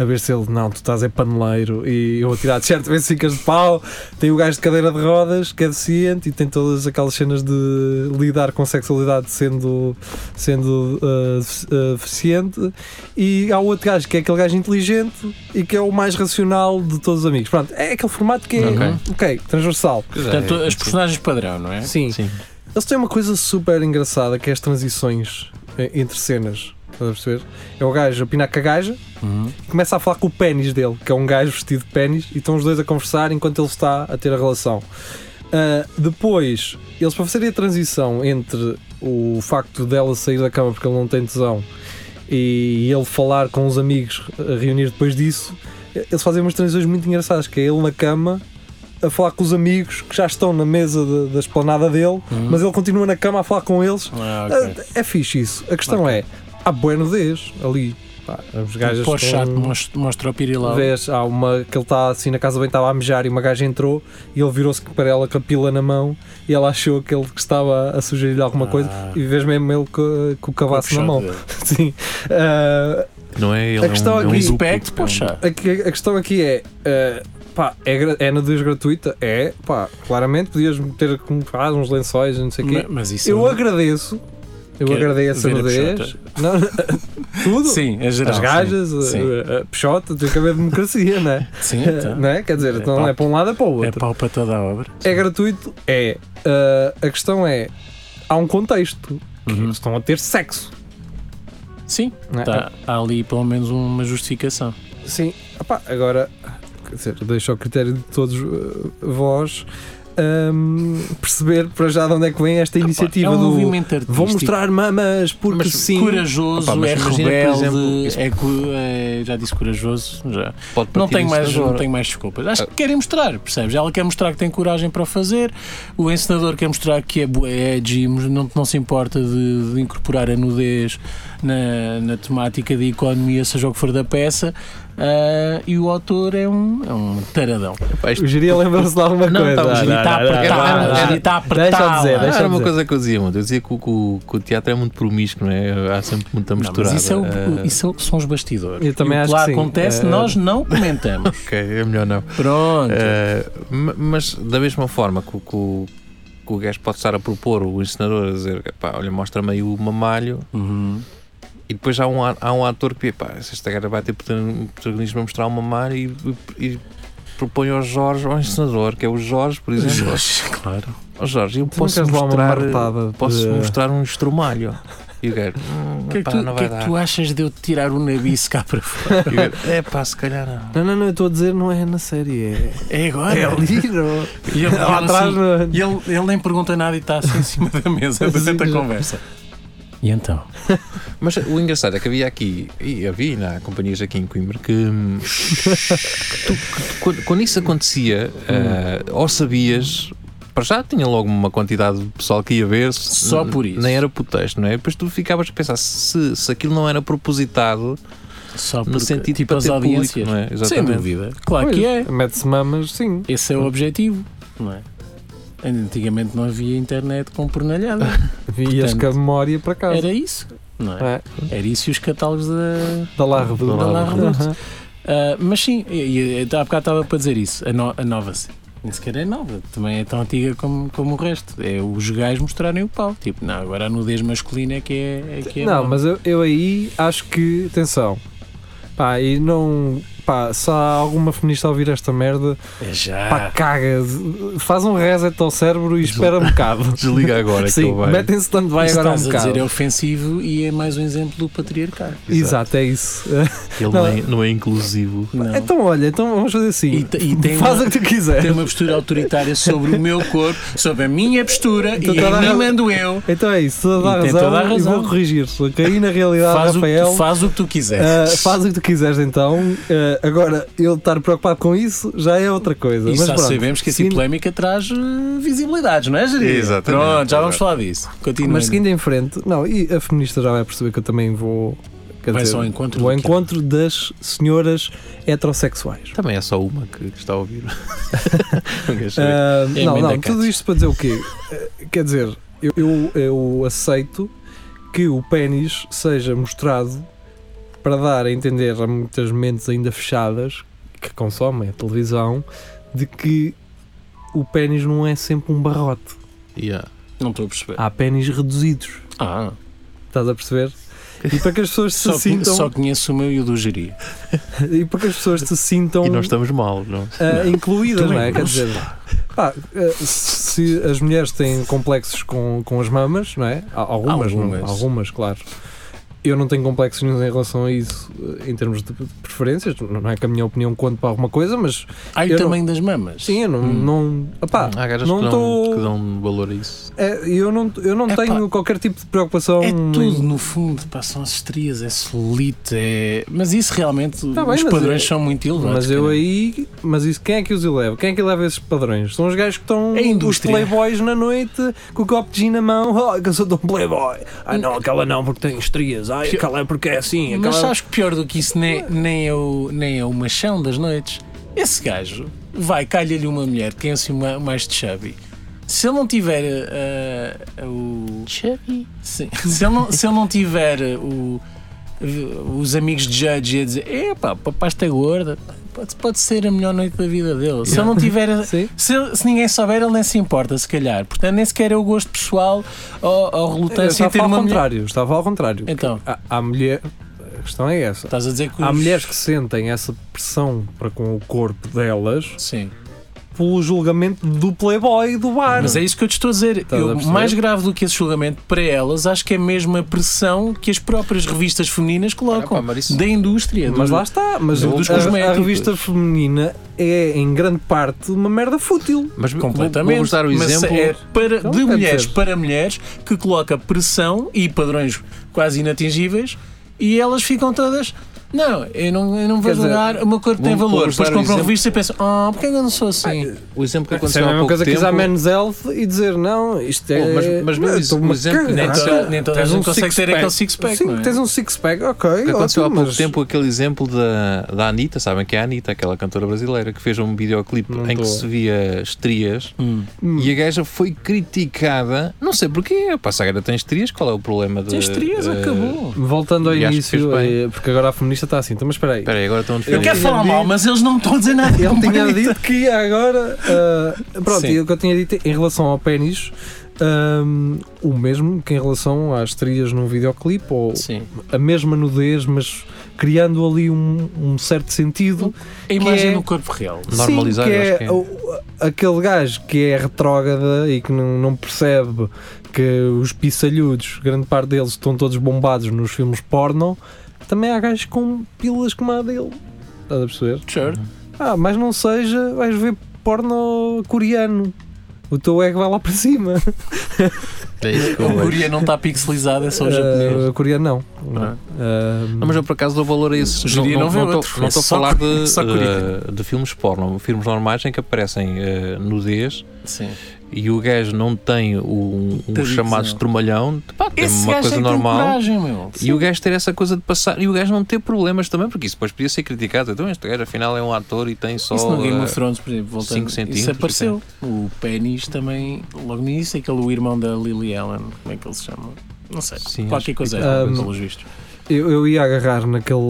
A ver se ele, não, tu estás é paneleiro e eu vou tirar a t-shirt, a ver se ficas de pau. Tem o gajo de cadeira de rodas que é deficiente e tem todas aquelas cenas de lidar com sexualidade sendo, sendo ah, defi- ah, deficiente. E há outro gajo que é aquele gajo inteligente e que é o mais racional de todos os amigos. Pronto, é aquele formato que é, Ok. ok, transversal. é. Portanto, as personagens padrão, não é? Sim. Sim. Eles têm uma coisa super engraçada que é as transições eh, entre cenas. Estás a perceber? É o gajo a pinar com a gaja Uhum. e começa a falar com o pênis dele, que é um gajo vestido de pênis, e estão os dois a conversar enquanto ele está a ter a relação. Ah, depois, eles para fazerem a transição entre o facto dela sair da cama porque ele não tem tesão e ele falar com os amigos a reunir depois disso, eh, eles fazem umas transições muito engraçadas, que é ele na cama a falar com os amigos que já estão na mesa de- da esplanada dele, mas ele continua na cama a falar com eles. Ah, ok. Ah, É fixe isso. A questão é, há boa nudez ali. Pá, os gajos Tipo, Pô, chato, estão- mos- mostra o pirilau. Vês, há uma que ele está assim na casa bem, estava a mejar e uma gaja entrou e ele virou-se para ela com a pila na mão e ela achou que ele que estava a sugerir-lhe alguma Ah. coisa e vês mesmo ele co- com, o cavaço na mão. é. Sim. Ah, Não é ele. A questão é um, é aqui- um duplo, Respect, é um- poxa. a, que- a questão aqui é. ah, pá, é, gra- é nudez gratuita? É, pá, claramente podias meter como faz, uns lençóis, não sei o quê. Ma- Mas isso Eu é- agradeço, eu Quer agradeço a ver é a nudez. Não, tudo? Sim, é geral. As gajas, sim. Sim. a, a Peixota, tem que haver democracia, não é? Sim, então. não é? Quer dizer, É então pau- é para um lado é para o É outro. pau para toda a obra. É, gratuito? É. Ah, a questão é: há um contexto. que Uhum. eles Estão a ter sexo. Sim, não é? tá, há ali pelo menos uma justificação. Sim. Epá, agora, quer dizer, deixo ao critério de todos ah, vós ahm, perceber para já de onde é que vem esta iniciativa é um do. movimento artístico. Vou mostrar mamas porque Mas sim. Corajoso, Opa, mas é imagina, por rebelde, exemplo, isso- é, cu- é- já disse corajoso, já. Pode Não partir tenho, disso mais, agora. não tenho mais desculpas. Acho que querem mostrar, percebes? Ela quer mostrar que tem coragem para o fazer, o ensinador quer mostrar que é bué, é edgy, mas não, não se importa de, de incorporar a nudez na, na temática da economia, seja o que for da peça, ah, e o autor é um, é um taradão. Pá, isto- O Jiria lembra-se de alguma Não, coisa. tá, o Giri Ah, não, está não, não, apertado, não, o não, Giri não. Deixa eu está apertado. dizer, Ah, deixa era eu uma dizer. coisa que eu dizia muito. Eu dizia que o, que o- que o teatro é muito promíscuo, não é? Há sempre muita Não, misturada. mas isso, é o- Ah, isso é o- são os bastidores. Eu também E o acho lá que sim. acontece, Eh, nós não comentamos. Eh, Ok, é melhor não. Pronto. Ah, ma- mas da mesma forma que, o- que o, que o gajo pode estar a propor o ensinador a dizer, pá, olha, mostra-me aí o mamalho, Uhum. e depois há um, a- há um ator que, pá, se esta cara vai ter protagonismo a mostrar o mamalho e, e- e propõe ao Jorge, ao encenador, que é o Jorge, por exemplo. Jorge, claro. Ó Jorge, eu Tu não posso queres lá uma mostrar, marretada posso de- mostrar um estromalho. E o gajo, hum, O que é que pá, tu, não o que vai é que dar. tu achas de eu te tirar o nabiço cá para fora? E o gajo, é pá, se calhar não. Não, não, não, eu estou a dizer, não é na série, é, É agora? é ali, não. E ele, Lá Ah, ele atrás, assim- não. e ele- ele nem pergunta nada e está assim em cima da mesa durante a conversa. E então? Mas o engraçado é que havia aqui, e havia não, há companhias aqui em Coimbra, que, hum, que tu- que tu- quando, quando isso acontecia, ah, ou sabias. Para já tinha logo uma quantidade de pessoal que ia ver, se- Só por isso. Nem era por texto, não é? Depois tu ficavas a pensar se, se aquilo não era propositado Só no porque- sentido tipo para as ter audiências. público, não é? Sem Exatamente. dúvida. Claro que é. Mete-se mamas, sim. Esse é o objetivo, não é? Antigamente não havia internet com pornalhada. Vias Portanto, com a memória para casa. Era isso, não é? É, Era isso e os catálogos da. da lá Redoute. Da La Redoute. Aham. Ah, mas sim, e, e, há bocado estava para dizer isso, a, no- a nova-se. Nem sequer é nova, também é tão antiga como, como o resto. É os gays mostrarem o pau. Tipo, não, agora a nudez masculina é que é. é, que é Não, nova. mas eu, eu aí acho que, atenção, pá, e não, pá, se há alguma feminista a ouvir esta merda, É já. Ah. pá, caga, faz um reset ao cérebro e espera um bocado. Desliga agora que Sim, eu vai. metem-se stand-by Isso agora um estás a bocado. dizer é ofensivo e é mais um exemplo do patriarcado. Exato, é isso. Ele Não. não é, não é inclusivo. Não. Então, olha, então vamos fazer assim. E te- e tem Faz uma- o que tu quiseres. Tem uma postura autoritária sobre o meu corpo, sobre a minha postura Então e tá a na- mim mando eu. Então é isso, toda a E tem razão, toda a e vou razão. corrigir. Que aí na realidade, Faz o, que Rafael. tu, faz o que tu ah, quiseres. faz o que tu quiseres então. Ah, agora, eu estar preocupado com isso já é outra coisa. E Mas já pronto, sabemos que assim seguindo- polémica traz eh, visibilidades, não é, Jeria? Exatamente. Pronto, já vamos falar disso. Continua. Mas seguindo em frente, não, e a feminista já vai perceber que eu também vou. Quer Vai dizer, só ao encontro vou ao do que é. encontro das senhoras heterossexuais. Também é só uma que, que está a ouvir. Ah, É não, não, emenda tudo Cats. isto para dizer o quê? Eh, Quer dizer, eu, eu, eu aceito que o pênis seja mostrado para dar a entender a muitas mentes ainda fechadas que consomem a televisão de que o pênis não é sempre um barrote. Yeah. Não estou a perceber. Há pênis reduzidos. Ah, Estás a perceber? E para que as pessoas se só, sintam. só conheço o meu e o do Jeria. E para que as pessoas se sintam. então E nós estamos mal, não? Ah, incluídas, Também não é? não Quer dizer, pá, ah, se as mulheres têm complexos com, com as mamas, não é? Há- Algumas, algumas. Algumas. algumas, claro. Eu não tenho complexos nenhum em relação a isso, eh, em termos de preferências. Não não é que a minha opinião conte para alguma coisa, mas Ah, e Eu o não- tamanho das mamas. sim, eu não. não Ah, opá, Há gajas não que, dão, tô- que dão valor a isso. é, eu não, eu não Epá, tenho qualquer tipo de preocupação. É em- tudo, no fundo, pá, são as estrias, é solite, é. Mas isso realmente, Tá bem, os mas padrões eu- são muito elevados. Mas eu cara. aí. Mas isso, quem é que os eleva? Quem é que eleva esses padrões? São os gajos que estão. os A indústria. playboys na noite com o copo de gin na mão. Oh, que eu sou de um playboy. Ai não, aquela não porque tem estrias. Ai, aquela é porque é assim. Mas Aquela... sabes que pior do que isso nem, nem, é, o, nem é o machão das noites? Esse gajo vai, calha-lhe uma mulher que tem assim uma, mais de chubby. Se ele não tiver eh, eh, o. Chubby? Sim. Se ele não, se ele não tiver eh, o, os amigos de Judge a dizer: epá, papai está gorda, pode, pode ser a melhor noite da vida dele. Se ele não tiver. a- Sim. Se, ele- se ninguém souber, ele nem se importa, se calhar. Portanto, nem sequer é o gosto pessoal ou, ou Eu relutância em é assim. estava ter ao uma mulher. contrário. Estava ao contrário. Então, Há, há mulher. A questão é essa. estás a dizer que. Há os- mulheres que sentem essa pressão para com o corpo delas Sim. pelo julgamento do playboy do bar. Mas é isso que eu te estou a dizer. Estás Eu, a perceber? mais grave do que esse julgamento para elas, acho que é mesmo a pressão que as próprias revistas femininas colocam Olha, pá, mas isso- da indústria. Mas é do- lá está, mas do- dos a- a, cosméticos. revista feminina é em grande parte uma merda fútil. Mas completamente. vamos dar o Mas exemplo. é para, Então, de deve mulheres ser. para mulheres que coloca pressão e padrões quase inatingíveis e elas ficam todas. Não, eu não, eu não vou Quer dizer, julgar, o meu corpo tem vamos- valor. vamos dar Depois o compram exemplo. revista e pensam, ah, porquê que eu não sou assim? O exemplo que Isso é aconteceu a há mesma pouco coisa que tempo. usar menos elf e dizer não, isto é. Oh, mas- mas mesmo Não, isso, estou-me um a exemplo que cagar. nem toda- nem toda a Tens gente um consegue ter six-pack. aquele six-pack, Sim, não é? tens um six-pack, ok. que aconteceu há ótimo, pouco mas tempo aquele exemplo da, da Anitta, sabem que é a Anitta, aquela cantora brasileira, que fez um videoclipe Não em tô. que se via estrias Hum. e a gaja foi criticada, não sei porquê, pá, se a gaja tem estrias, qual é o problema de. Tem estrias, eh, acabou. Voltando ao E acho que início, fez bem. eh, porque agora a feminista está assim, então, mas espera aí. Espera aí, agora estão a defender. Eu quero falar mal, mas eles não me estão a dizer nada. Ele tinha Companhia. dito que ia agora. ah, pronto, Sim. e o que eu tinha dito em relação ao pênis, eh, ahm, o mesmo que em relação às trilhas num videoclipe ou Sim. a mesma nudez, mas criando ali um, um certo sentido. A imagem é- no corpo real. Normalizar, Sim, que eu acho é, que é. o- aquele gajo que é retrógrada e que não, não percebe que os pisalhudos, grande parte deles, estão todos bombados nos filmes porno. Também há gajos com pilas como a dele. Estás a perceber? Sure. Ah, mas não seja, vais ver porno coreano. O teu ego vai lá para cima. É isso que eu O vejo. guria não está pixelizado, é só Ah, o japonês. coreano não. Não. Ah. Ah, Não, Eh, mas eu por acaso dou valor a esses. Geria não vê estou- outro. não É estou a só falar curi- de, só curioso. eh, de filmes porno, filmes normais em que aparecem eh, nudez Sim. e o gajo não tem o- um, um Tabique, chamado não. estromalhão, pá, tem Esse uma gajo é coisa que tem normal. coragem, meu. E o gajo ter essa coisa de passar e o gajo não ter problemas também, porque isso depois podia ser criticado. Então, este gajo afinal é um ator e tem só. Isso no Game eh, of Thrones, por exemplo, voltando, cinco centímetros, isso apareceu. O Pennis também, logo nisso, aquele o irmão da Lily Allen, como é que ele se chama? Não sei, Sim, acho qualquer que- é coisa, Um, pelos vistos. Eu, eu ia agarrar naquele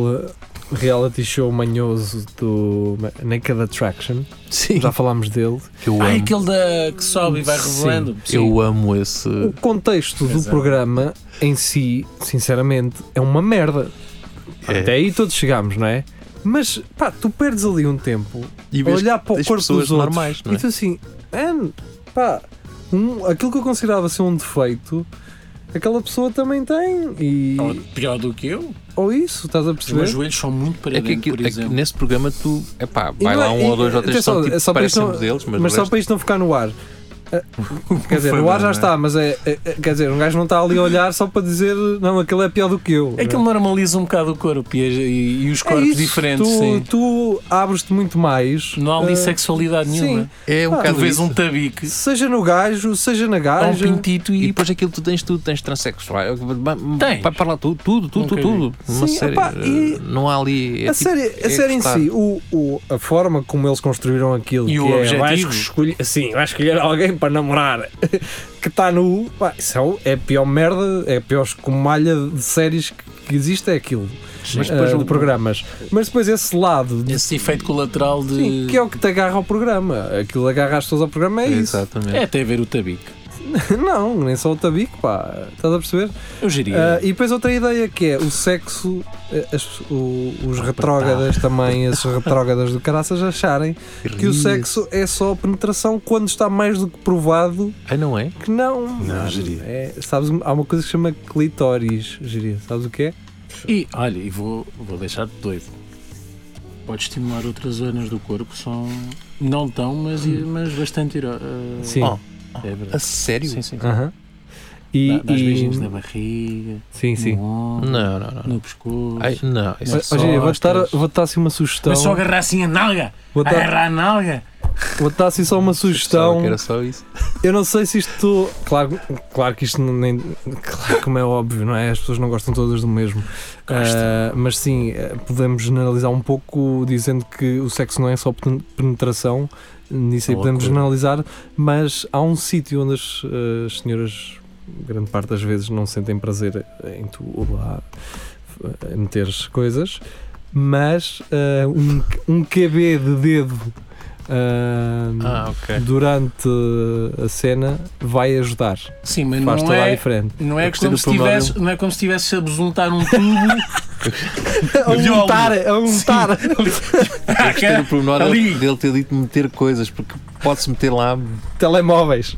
reality show manhoso do Naked Attraction, Sim, já falámos dele. eu amo. Ah, aquele da, que sobe e vai Sim. revelando. Sim. Eu amo esse. O contexto do Exato. programa em si, sinceramente, é uma merda. É. Até aí todos chegámos, não é? Mas pá, tu perdes ali um tempo E a vês olhar para o tens corpo dos pessoas outros normais, não é? e tu assim, "Man, pá, um- aquilo que eu considerava ser um defeito, aquela pessoa também tem. E, Ou pior do que eu, ou isso, estás a os meus perceber? joelhos são muito para É que, dentro, aquilo, por é que exemplo. nesse programa tu, é pá, vai não lá é- um ou dois ou três atenção, são é tipo, só para isto parecem não- modelos, mas, Mas o só resto- para isto não ficar no ar. Ah, Quer dizer, Foi no ar bom, já não é? está, mas é, é- é- Quer dizer, um gajo não está ali a olhar só para dizer não, aquele é pior do que eu. É que ele normaliza um bocado o corpo e, e- e os É corpos isso, diferentes, tu, sim. tu abres-te muito mais. Não há ah, ali sexualidade sim. nenhuma. é um Ah, Tu bocado vês isso. um tabique, Seja no gajo, seja na há um gaja. pintito E e depois é aquilo tu tens tudo, tens eh, transexual, Tens. vai para lá tudo, tudo, tudo, Nunca tudo, tudo. Uma Sim, série, opá, e- eh, não há ali. é a tipo- série, a é série em gostar. si, o, o- a forma como eles construíram aquilo, E que o é, objetivo? vais escolher, sim, vais escolher alguém para namorar que está nu, pá, isso é o- é a pior merda, é a pior escumalha de séries que, que existe, é aquilo, Mas ah, depois o- de programas. Mas depois esse lado, de- esse efeito colateral de. sim, que é o que te agarra ao programa, aquilo agarra as pessoas ao programa é isso. Exatamente. É até ver o tabique. Não, nem só o tabique, pá, estás a perceber? Eu diria. Ah, e depois outra ideia que é o sexo, eh, as- o- os retrógradas também, esses retrógradas do caraças acharem que o sexo é só penetração quando está mais do que provado Ah, não é? que não. Não, geria. É, sabes, há uma coisa que se chama clitóris, geria, sabes o que é? E olha, e vou, vou deixar-te doido. Pode estimular outras zonas do corpo que são não tão, mas, mas bastante iro- ah, Sim. Oh, É A verdade. sério? Sim, sim. sim. Aham. E, Dá, dá os e- beijinhos né? na barriga, Sim, sim. no ombro, Não, não, não. não. no pescoço. Ai, não, isso é Ó, só- Geria, vou-te estas- dar, vou dar assim uma sugestão. mas só agarrar assim a nalga! Vou dar, Agarrar a nalga! vou dar assim só uma Pensava sugestão. que Era só isso. Eu não sei se isto. Claro, claro que isto não- nem. Claro, como é óbvio, não é? As pessoas não gostam todas do mesmo. Ah, mas sim, eh, podemos generalizar um pouco dizendo que o sexo não é só pen- penetração, nisso aí É Uma podemos loucura. generalizar, mas há um sítio onde as, eh, as senhoras, grande parte das vezes, não sentem prazer em tu lá eh, meteres coisas, mas eh, um, um KB de dedo. ah, Ah, ok. durante a cena vai ajudar. Sim, mas Faz não toda a é, diferença. não, é Eu gostei como do se tivesse, não é como se tivesse a besuntar um tubo. A Viola. untar, a untar. Ah, Ter o cara, pormenor ali. dele ter dito meter coisas, porque pode-se meter lá. Telemóveis.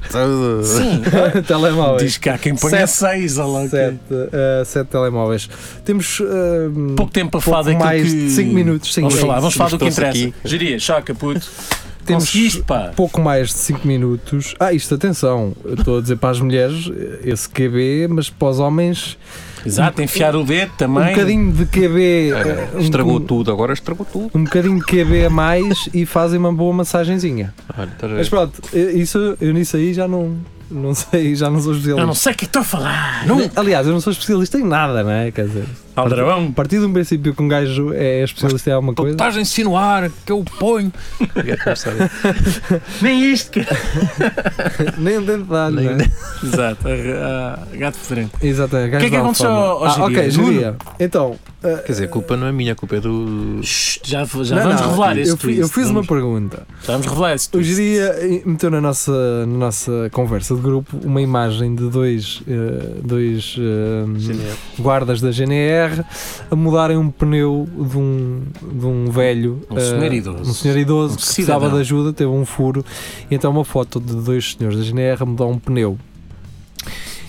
Sim, telemóveis. diz que há quem ponha seis, olha lá o quê. Sete, ah, sete telemóveis. Temos ah, Pouco tempo para falar pouco daquilo mais que... de 5 minutos. Sim, é Vamos sim. falar, vamos falar do que trouxe interessa. aqui. Geria, choca, puto. Temos- Conseguiste, pá. Pouco mais de 5 minutos. Ah, isto, atenção, eu estou a dizer para as mulheres esse QB, mas para os homens, Exato, enfiar o dedo também. um bocadinho de QB. Ah, É, ah, um- estragou um, tudo, agora estragou tudo. um bocadinho de QB a mais e fazem uma boa massagenzinha. Olha, tá estás a ver? Mas pronto, eh, isso, eu nisso aí já não, não sei, já não sou Eu não especialista. sei o que estou a falar. Nem- Aliás, eu não sou especialista em nada, não é? Quer dizer, Aldrabão. a partir de um princípio que um gajo é especialista em alguma Tu coisa. estás a insinuar que eu ponho. Ia é começar a- Nem isto, cara. Nem dentro da área, Nem- não é? Exato, ah, ah, gato fedorento. Exatamente. gajo que é que da aconteceu alfama. ao- ao ah, Ok, Geria? geria. Então, eh, Quer dizer, a culpa não é minha, a culpa é do. Shhh, Já, já não, vamos não, revelar eu, esse fi- eu twist. fiz uma vamos, pergunta. já vamos revelar esse O twist. Geria meteu na nossa, na nossa conversa de grupo uma imagem de dois, eh, dois eh, guardas da GNR Inglaterra a mudarem um pneu de um, de um velho. Um eh, senhor idoso. Um senhor idoso Um que precisava cidadão. de ajuda, teve um furo. E então uma foto de dois senhores da GNR a mudar um pneu.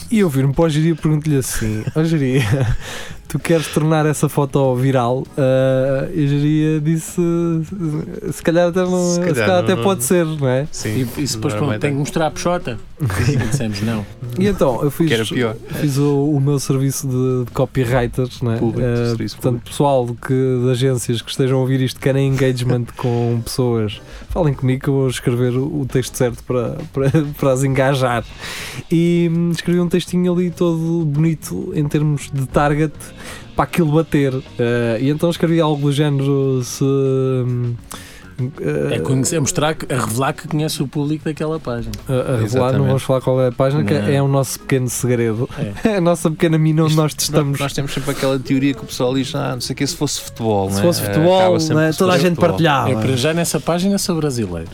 E eu viro-me para o Geria e pergunto-lhe assim: Ó Geria, tu queres tornar essa foto viral? Ah, e o Geria disse: Se calhar até, não, Se se calhar calhar até não- pode ser, não é? Sim. E, e se depois Não era pronto, uma tenho que ideia. mostrar a Peixota. E dissemos não. E então, eu fiz, Que era pior. fiz o, o meu serviço de, de copywriter, né? Público, Eh, serviço portanto, pessoal que, de agências que estejam a ouvir isto, que querem engagement com pessoas, falem comigo que eu vou escrever o, o texto certo para, para, para as engajar. E hum, escrevi um textinho ali todo bonito em termos de target para aquilo bater. Eh, e então escrevi algo do género se. hum, eh, É, conhecer, é mostrar, que- é revelar que conhece o público daquela página. a, a revelar, não Exatamente. vamos falar qual é a página, que Não. é o nosso pequeno segredo. É, a nossa pequena mina onde Isto- nós testamos. Nós temos sempre aquela teoria que o pessoal diz, ah, não sei o que, se fosse futebol, se não é? fosse Acaba futebol, sempre né, que se toda a fosse gente futebol. partilhava. eu, É para já, nessa página sou brasileiro.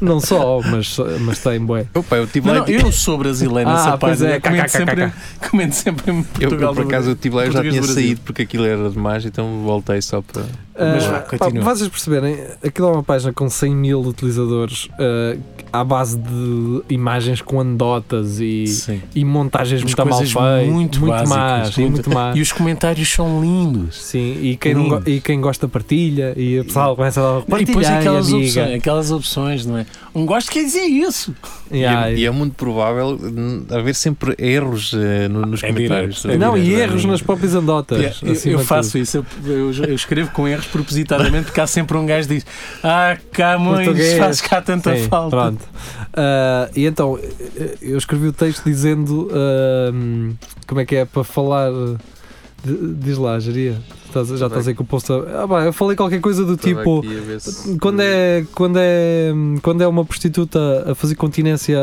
Não só, mas, mas tem, bué. Opa, eu tive Não, lá não, eu sou brasileiro Ah, nessa pois página. é, Eu comento, cá, cá, sempre, comento sempre em Eu, Portugal. eu, por acaso eu estive lá, eu já Português tinha do Brasil. saído porque aquilo era demais, então voltei só para. Mas vá, Ah, continua. pá, vocês perceberem, aquilo é uma página com 100 mil utilizadores ah, à base de imagens com anedotas e, Sim. e montagens Umas muito tá mal coisas feitas, muito básicas, más, e muito- muito más. E os comentários são lindos. Sim, e quem, não go- e quem gosta partilha, e o pessoal começa a dar e depois partilha, aquelas amiga. opções, aquelas opções, não é? Um gosto quer dizer isso. E, Yeah, é, e é muito provável hum, haver sempre erros eh, no- nos É comentários. direto, é Não, e direto, erros nas próprias andotas. Yeah, eu- acima eu de faço isso, eu, eu- eu escrevo com erros propositadamente, porque há sempre um gajo que diz: Ah, Camões, Português. faz cá tanta Sim, falta. Pronto. Ah, e então, eh, eu escrevi o texto dizendo ahm, como é que é para falar. D- Diz lá, geria. Estás- já estás aí com o posto. Ah, pá, eu falei qualquer coisa do tipo. Quando é, quando, é, quando é uma prostituta a fazer continência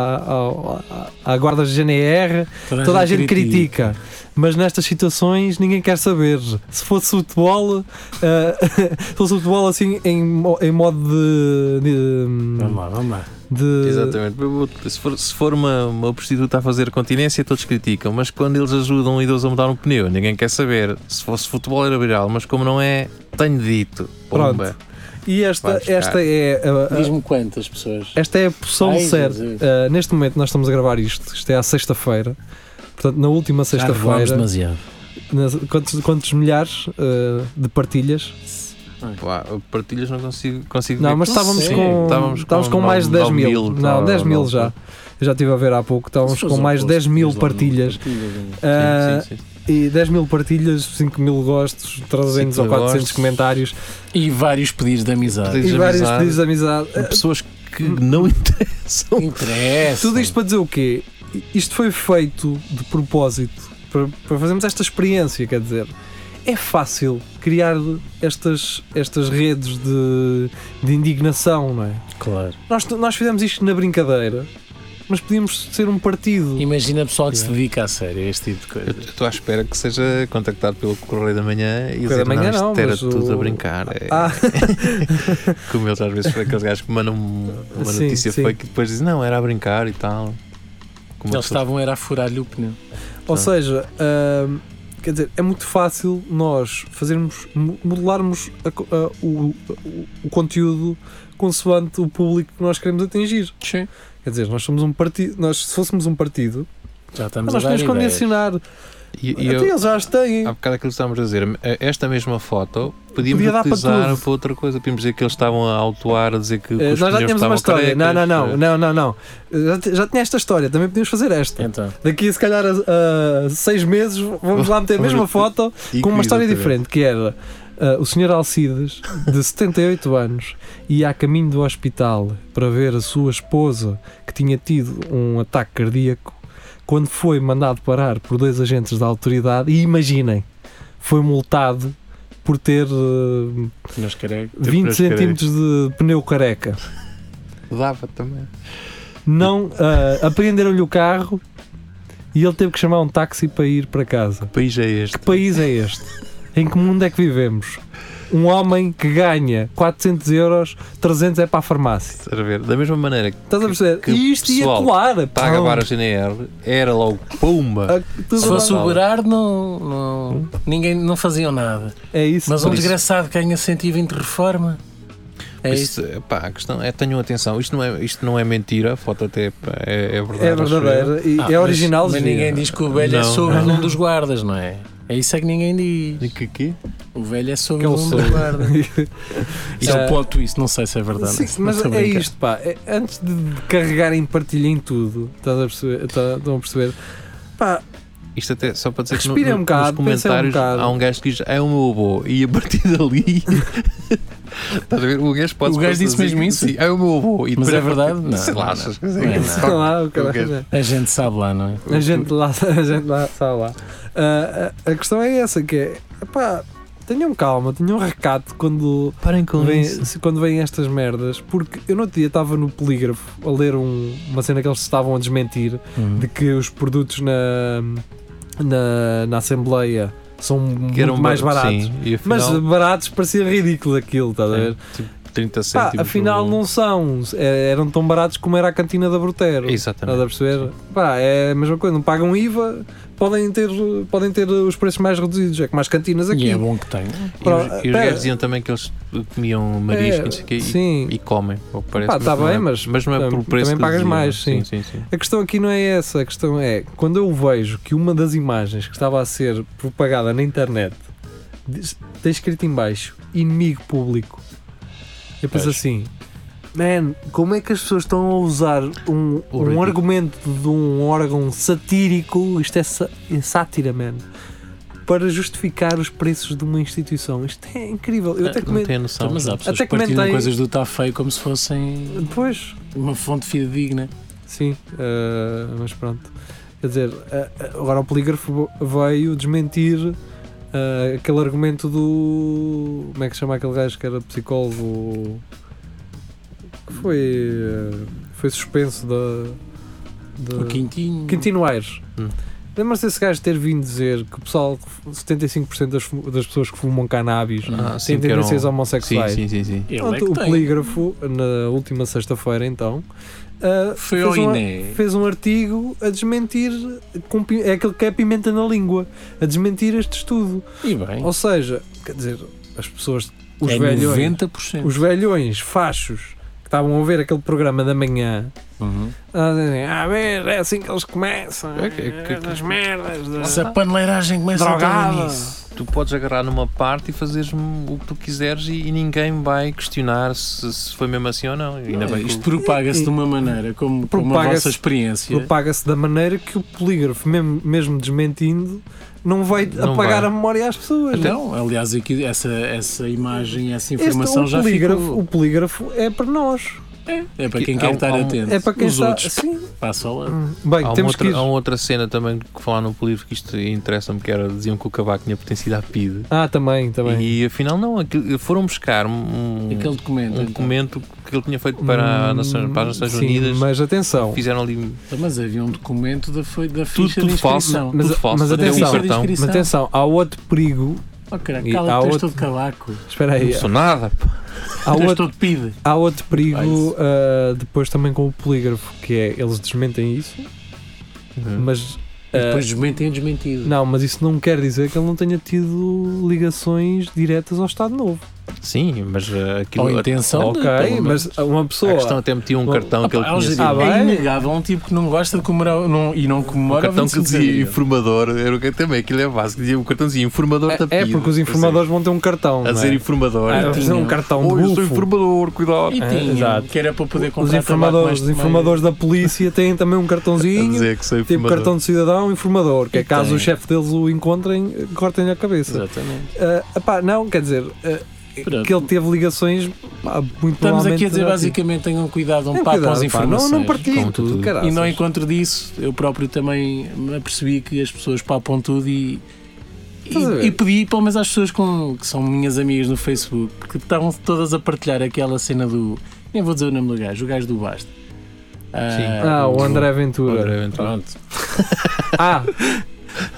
à, à, à, à guarda GNR, toda a gente critica. Mas nestas situações ninguém quer saber. Se fosse futebol, ah, se fosse futebol assim em, mo- em modo de- de Vamos lá, vamos lá. de Exatamente. Se for, se for uma, uma prostituta a fazer continência, todos criticam, mas quando eles ajudam um idoso a mudar um pneu, ninguém quer saber. Se fosse futebol era viral, mas como não é, tenho dito. Pomba. e esta, Vai buscar. esta é a- a, Ah, Diz-me quantas pessoas. esta é a poção Ai, certa Jesus. Uh, neste momento nós estamos a gravar isto isto é à sexta-feira portanto na última Já revelámos sexta-feira demasiado. nas- quantos, quantos milhares uh, de partilhas Pá, partilhas não consigo, consigo não ver. mas estávamos sei. com É estávamos, um com, mais de 10 mil, não 10 mil já eu já estive a ver há pouco estávamos com mais de 10 mil partilhas Uh, Sim, sim, sim. e 10 mil partilhas 5 mil gostos 300 ou 5.000 400 gostos. comentários E vários pedidos de amizade. Pedidos e de vários amizade. pedidos de amizade Uh, Pessoas que não interessam. Interessa. Tudo isto para dizer o quê? Isto foi feito de propósito para, para fazermos esta experiência, quer dizer. É fácil criar estas, estas redes de, de indignação, não é? Claro. Nós, t- nós fizemos isto na brincadeira, mas podíamos ser um partido. Imagina pessoal que se dedica a sério a este tipo de Eu coisa. estou à espera que seja contactado pelo Correio da Manhã e dizer, da Manhã não, isto não, era mas tudo o- a brincar. É, Ah, Como eles às vezes são aqueles gajos que mandam uma Sim, notícia sim. fake e depois dizem, não, era a brincar e tal. Como Eles estavam era a furar-lhe o pneu. ou Sim. seja, hum, quer dizer, é muito fácil nós fazermos, mo- modelarmos a co- a- o, o- o conteúdo consoante o público que nós queremos atingir. Sim. Quer dizer, nós somos um partido, nós se fôssemos um partido, Já estamos Mas nós a dar podemos ideias. condicionar. E, e Até eu, Ah, eles já as têm. há bocado aquilo que estávamos a dizer, eh, esta mesma foto podíamos Podia dar para utilizar para, tudo. outra coisa. Podíamos dizer que eles estavam a autuar, a dizer que, que Eh, os Nós já pneus tínhamos estavam uma história. carecas. Não, não, não, não, não, não. Já, t- já tinha esta história, também podíamos fazer esta. Então, Daqui se calhar a, a seis meses vamos lá meter a mesma foto E com uma que- história exatamente. diferente, que era ah, o Sr. Alcides, de 78 anos, ia a caminho do hospital para ver a sua esposa que tinha tido um ataque cardíaco quando foi mandado parar por dois agentes da autoridade e imaginem, foi multado por ter ah, nós carregamos. 20 pneus carecas. centímetros de pneu careca. Dava também. Não ah, apreenderam-lhe o carro e ele teve que chamar um táxi para ir para casa. Que país é este? Que país é este? Em que mundo é que vivemos? um homem que ganha 400 euros, 300 é para a farmácia. Estás a ver? Da mesma maneira que Estás a perceber? que e isto ia pessoal colar. está a pão. acabar a GNR, era logo pumba. Ah, tudo Se fosse bem. o Berardo, não, não- ninguém não faziam nada. É isso. Mas um Por isso. desgraçado que ganha 120 de reforma. É isso. Isto, pá, a questão é, tenham atenção, isto não é, isto não é mentira, a foto até é, é verdade. é acho eu. verdadeiro. E Ah, é mas- original. Mas, gira. ninguém diz que o velho é Não, sobre não. um dos guardas, não é? É isso é que ninguém diz. E que quê? O velho é sobre Aquele um sobre. dos guardas. Isso é Ah, um plot twist, não sei se é verdade. Sim, não mas estou a é brincar. isto, pá. É- antes de de carregarem partilha em tudo, estás a perceber? Tá- Estão a perceber? Pá, Isto até só para dizer que Respira um bocado, nos pensa um comentários bocado. há um gajo que diz é o meu avô e a partir dali estás a ver? O gajo pode O gajo disse pode mesmo dizer, isso? "Sim, é o meu avô e Mas depois é a partir- verdade? Não, sei lá, não, achas que não. é Não é isso? sei lá, Tá o caralho. gajo- A gente sabe lá, não é? A gente lá, a gente lá, sabe lá. Ah, a, a questão é essa, que é, pá, tenham calma, tenham recato quando Parem com vêm, isso. se- quando vêm estas merdas, porque eu no outro dia estava no polígrafo a ler um- uma cena que eles estavam a desmentir, Uhum. Hum. de que os produtos na, na, na Assembleia são Que eram muito mais bar- baratos. Sim, e Mas afinal, baratos parecia ridículo aquilo, estás a ver? sim, tipo 30 Pá, cêntimos. afinal no- não são, é- eram tão baratos como era a cantina da Brutero. Estás a Exatamente. perceber? Pá, é a mesma coisa, não pagam IVA, podem ter, podem ter os preços mais reduzidos, é como as cantinas aqui. E é bom que tem. E Pro- os, e os pera. gajos diziam também que eles comiam marisco É, e não sei o quê, e- sim. e, comem, ao que parece. Pá, tá não é- bem, mas não é tam- por preço. também que pagas diziam. mais, sim, sim. A questão aqui não é essa, a questão é quando eu vejo que uma das imagens que estava a ser propagada na internet diz- tem escrito em baixo inimigo público. Eu penso assim, man, como é que as pessoas estão a usar um, O um ridículo. argumento de um órgão satírico, isto é, sa- é sátira, man, para justificar os preços de uma instituição? Isto é incrível. Eu até Não comento. tem noção. Então, mas há pessoas Até que partilham comentei- coisas do Tá Feio como se fossem Depois, uma fonte fidedigna. Sim, eh, mas pronto. Quer dizer, eh, eh, agora o polígrafo veio desmentir eh, aquele argumento do. Como é que se chama aquele gajo que era psicólogo? Que foi. eh, foi suspenso da. da- O Uhum. Quintinho. Quintino Aires. Hum. Lembra-se desse gajo ter vindo dizer que o pessoal, 75% das, fu- das pessoas que fumam cannabis Ah, têm sim, que eram- tendências Sim, homossexuais? sim, sim, sim. Ele é Pronto, que o tem. polígrafo, na última sexta-feira, então, eh, Foi fez ao um- INE. fez um artigo a desmentir com pi- é aquele que é pimenta na língua a desmentir este estudo E bem, ou seja quer dizer as pessoas os é velhões 90%. os velhões fachos que estavam a ver aquele programa da manhã Uhum. a dizem, "Ah, ver, é assim que eles começam É que- é que- as merdas da- Essa paneleiragem começa a ter drogada nisso. Tu podes agarrar numa parte e fazeres hum, o que tu quiseres e, e ninguém vai questionar se, se foi mesmo assim ou não. Ainda Não, bem que isto o- propaga-se de uma maneira, como, como a Propaga-se- vossa experiência. propaga-se da maneira que o polígrafo mesmo, mesmo desmentindo não vai Não apagar vai. a memória às pessoas Não, aliás, aqui, essa, essa imagem, essa Este- informação o, já polígrafo, ficou. o polígrafo é para nós É para quem Há quer um- estar há um- atento. é para quem Os está Hum. outros sim. passam lá. Bem, Há uma, temos que outra, ir. há um- uma outra cena também que falar no polígrafo que isto interessa-me que era diziam que o Cavaco tinha pertencido à PIDE Ah, também, também. e afinal não, aquilo- foram buscar um, Aquele documento. um então. Hum, documento que ele tinha feito para, a Nações- para as Nações Hum, Sim, Unidas Mas atenção, fizeram ali Mas havia um documento da, foi, da tudo, ficha de tudo falso, inscrição. tudo Mas- falso, mas até um atenção. cartão Ficha de mas atenção, há outro perigo. Oh, caralho, E há cala tu és outro- todo cavaco. Tu Espera não aí, sou nada pá. há és outro, todo é pide. há outro perigo Ah, isso. ah, depois também com o polígrafo, que é eles desmentem isso, Uhum. mas. E ah, depois desmentem o desmentido. não, mas isso não quer dizer que ele não tenha tido ligações diretas ao Estado Novo. sim, mas uh, aquilo Ou intenção de- ok, pelo menos. mas uma a pessoa. questão até metia um Oh, cartão que ele Opa, é um tinha sido- giro. Ah, é bem. inegável um tipo que não gosta de comemorar não- e não O comemora. o cartão que 25 de dizia abril. informador, era o que também, aquilo é básico, dizia o cartão dizia informador da é, é PIDE. porque os informadores vão ter um cartão. A não dizer é? informador. Ah, Ah, vão ter um tinham. cartão Oh, de eu sou bufo. informador, cuidado. E Ah, tinha, exato. que era para poder Os comprar tabaco mais informadores, os de meio. informadores da polícia têm também um A cartãozinho. dizer que sou Tipo informador. cartão de cidadão, informador, que é E caso tem. o chefe deles o encontrem, cortem-lhe a cabeça. Exatamente. Ah, epá, não, quer dizer, ah, Pronto. que ele teve ligações pá, muito Estamos aqui a dizer provavelmente- basicamente tenham cuidado, um Tenham papo cuidado, pá, aos não, informações. não partilhem Com tudo, tudo. caraças. Ah, E no encontro disso, eu próprio também me apercebi que as pessoas papam tudo e, e, Estás a ver? e pedi pelo menos às pessoas com, que são minhas amigas no Facebook, porque estavam todas a partilhar aquela cena do. Nem vou dizer o nome do gajo, o gajo do Basta. Sim. Ah, o André O Ventura. André Ventura. Pronto. Ah,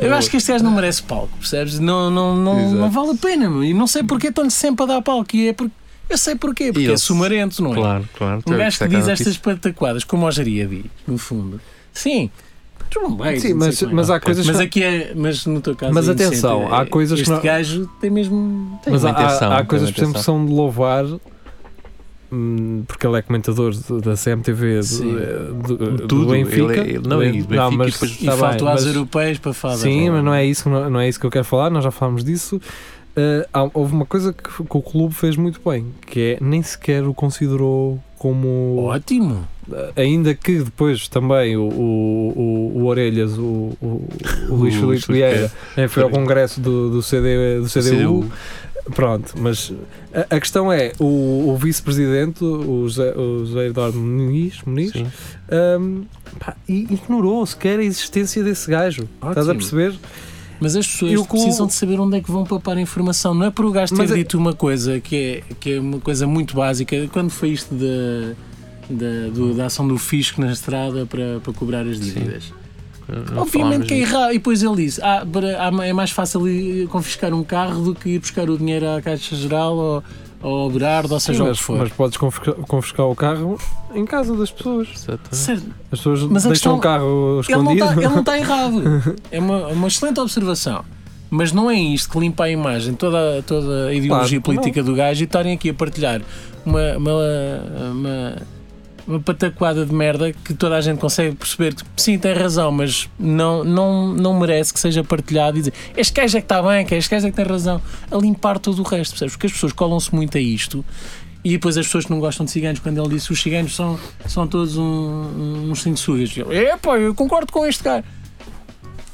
Eu acho que este gajo não merece palco, percebes? Não, não, não, Exato. não vale a pena, meu. E não sei porque estão-lhe sempre a dar palco. E é porque, eu sei porquê, porque ele- é sumarento, não é? Claro, claro. Então, Um gajo Isto é que diz cada estas notícia. pataquadas, como a Jaria diz, no fundo. Sim. Tudo bem, Sim, não sei mas- como é. mas há coisas Mas que- aqui é. Mas no teu caso. Mas é inocente. atenção, há coisas que este não- gajo tem mesmo. Tem Mas há, uma intenção, há- há tem coisas, uma por exemplo, que intenção. são de louvar. hum, Porque ele é comentador de- da CMTV, de- Sim. do, do Tudo, ele Benfica. é- ele- não, e do Benfica, e mas depois- tá E bem, faltou às mas- europeias para falar. Sim, mas não é, isso, não, não é isso que eu quero falar, nós já falámos disso. Uh, há- houve uma coisa que, que o clube fez muito bem, que é nem sequer o considerou como. ah, Ótimo. Ainda que depois também o, o, o, o Orelhas, o, o, o Luís O Filipe Luís Vieira, eh, foi ao congresso do, do, CD, do CDU, CDU. Pronto, mas a, a questão é: o, o vice-presidente, o José, o José Eduardo Muniz, Muniz Sim. hum, pá, i- ignorou sequer a existência desse gajo. Estás a Ótimo. perceber? Mas as pessoas E o clube- precisam de saber onde é que vão papar a informação. Não é por o gajo ter Mas é- dito uma coisa que é, que é uma coisa muito básica. Quando foi isto da, da, do- da ação do fisco na estrada para, para cobrar as dívidas? Não Obviamente falámos que é errado. E depois ele disse: ah, para- ah, é mais fácil ir confiscar um carro do que ir buscar o dinheiro à Caixa Geral ou, ou ao Berardo, ou seja o que mas, for. mas podes confiscar, confiscar o carro em casa das pessoas. disso, exatamente. Certo, As pessoas Mas a deixam questão- o carro Ele não escondido. está errado. É uma, uma excelente observação. Mas não é isto que limpa a imagem, toda, a- toda a ideologia Claro, política do gajo e estarem aqui a partilhar uma, uma, uma, uma pataquada de merda que toda a gente consegue perceber que sim, tem razão, mas não, não, não merece que seja partilhado e dizer este gajo é que está bem, que este gajo é que tem razão, a limpar todo o resto, percebes? Porque as pessoas colam-se muito a isto e depois as pessoas que não gostam de ciganos, quando ele disse os ciganos são, são todos um, uns cinsugas. É, pá, eu concordo com este cara.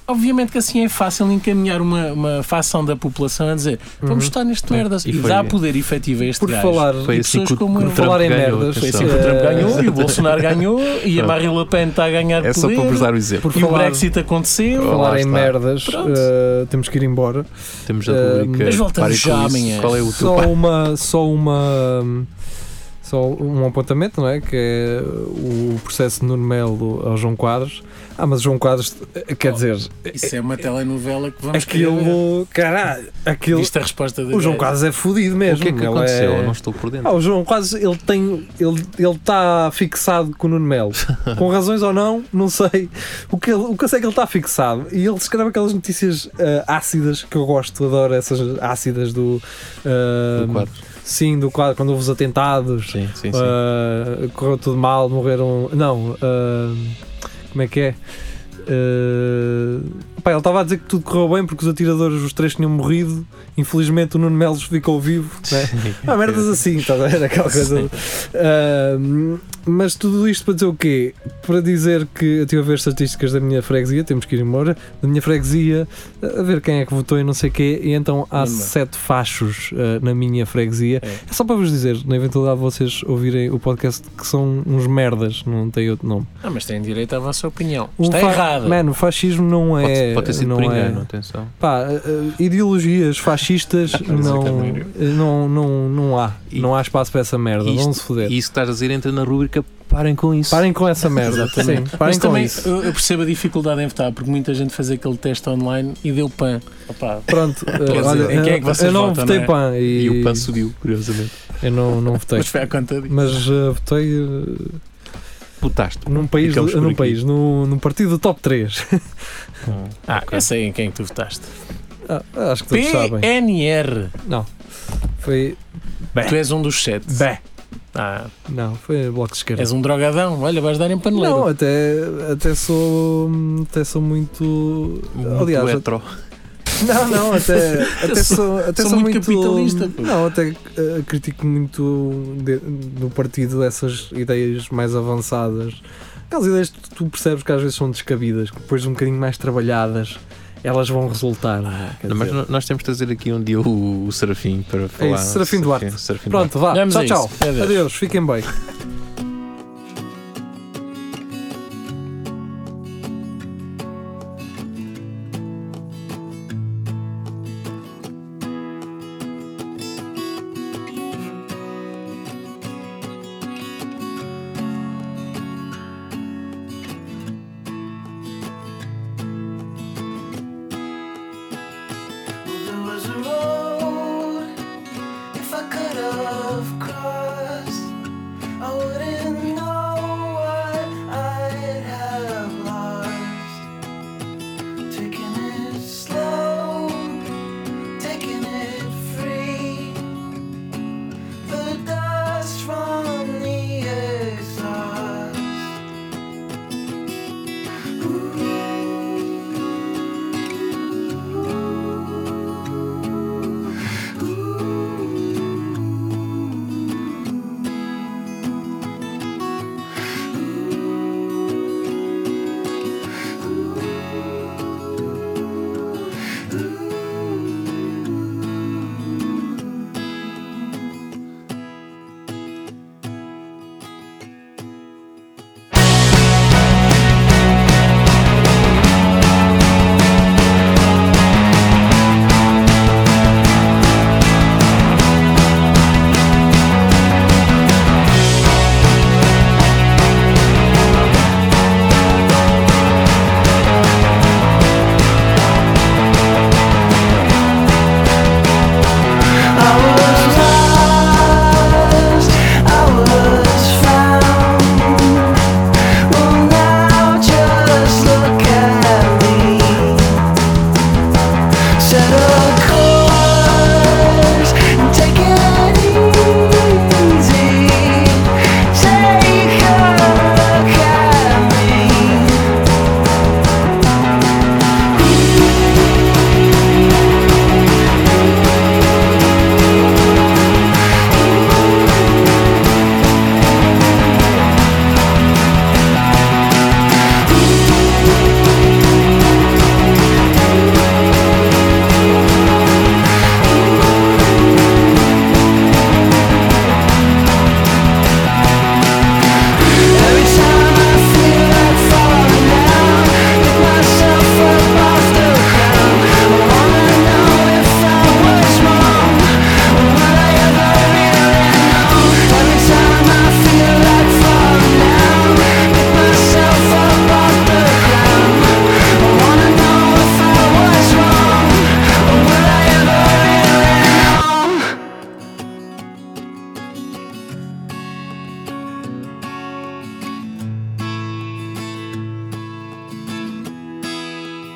Obviamente que assim é fácil encaminhar uma, uma facção da população a dizer Uhum. vamos estar neste merda E e, foi- dá poder efetivo a este Por gajo. falar, Foi E assim pessoas que o, como que o eu. Trump Falar em ganhou, merdas, Foi atenção. assim que o Trump Eh, ganhou e o Bolsonaro ganhou e a Pronto. Marine Le Pen está a ganhar É só poder para vos dar o exemplo. por e o falar, Brexit aconteceu. por falar Lá em está. merdas, Pronto. eh, temos que ir embora. Temos a Eh, rubrica. mas voltamos Pare com já isso. amanhã. Qual é o teu só uma só uma hum, só um apontamento não é que é o processo de Nuno Melo ao João Quadros ah mas o João Quadros eh, quer Oh, dizer Isso é uma telenovela que vamos querer aquilo caralho ver. aquilo Viste a resposta do o João gajo. Quadros é fodido O mesmo que é que ele aconteceu? é- Eu Não estou por Ah, dentro. o João Quadros ele tem ele ele está fixado com o Nuno Melo com razões ou não não sei o que ele, o que eu sei é que ele está fixado e ele escreve aquelas notícias ah, ácidas que eu gosto adoro essas ácidas do ah, Do quadro. Sim, do quadro, quando houve os atentados, Sim, sim, sim. ah, correu tudo mal, morreram. Não, ah, como é que é? Ah, pá, ele estava a dizer que tudo correu bem porque os atiradores, os três tinham morrido. Infelizmente, o Nuno Melos ficou vivo. Né? Há merdas assim, estás a ver? Aquela coisa. Ah, mas tudo isto para dizer o quê? Para dizer que eu estive a ver estatísticas da minha freguesia, temos que ir embora, da minha freguesia, a ver quem é que votou e não sei o quê, e então há Anda. sete fachos ah, na minha freguesia. É. É só para vos dizer, na eventualidade de vocês ouvirem o podcast, que são uns merdas, não tem outro nome. Ah, mas tem direito à vossa opinião. O Está Um fa- errado. Mano, o fascismo não É. Pode, é. pode ter sido não por é- engano, atenção. Pá, eh, eh, ideologias fascistas não, Exatamente. eh, não, não, não há. E- não há espaço para essa merda. isto- Vão-se foder. E isso que estás a dizer entra na rubrica Parem com isso. Parem com essa merda. Sim, parem Mas com também isso. eu eu percebo a dificuldade em votar, porque muita gente fez aquele teste online e deu pan. Opa, Pronto, eh, dizer, olha, em quem é que eu- vocês eu não votam, votei não é? PAN e, E o PAN subiu, curiosamente. eu não, não votei. mas foi à conta disso. Mas eh, votei eh, Putaste. num país, eh, Ficamos por num, aqui. país num, num partido top 3. Hum. Ah, eu sei em quem tu votaste. Ah, acho que todos sabem. PNR. Foi. Tu és um dos sete. Bé. Ah, Não, foi bloco de esquerda. és um drogadão. Olha, vais dar em paneleiro. Não, até, até sou. hum, Até sou muito. Muito aliás, hetero. Não, não, até, até sou, até sou sou muito capitalista, pô. Não, até eh, critico muito de- do partido essas ideias mais avançadas. Aquelas ideias que tu percebes que às vezes são descabidas, que depois um bocadinho mais trabalhadas elas vão resultar. não é? Quer Ah, Não, mas dizer, É no- nós temos de trazer aqui um dia o, o Serafim para falar. isso, Serafim Duarte. Serafim Pronto, vá. Vamos a tchau, tchau. isso. Adeus. Adeus, fiquem bem.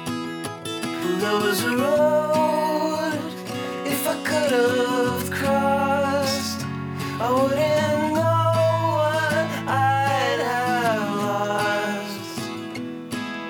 there was a road if I could have crossed, I wouldn't know what I'd have lost.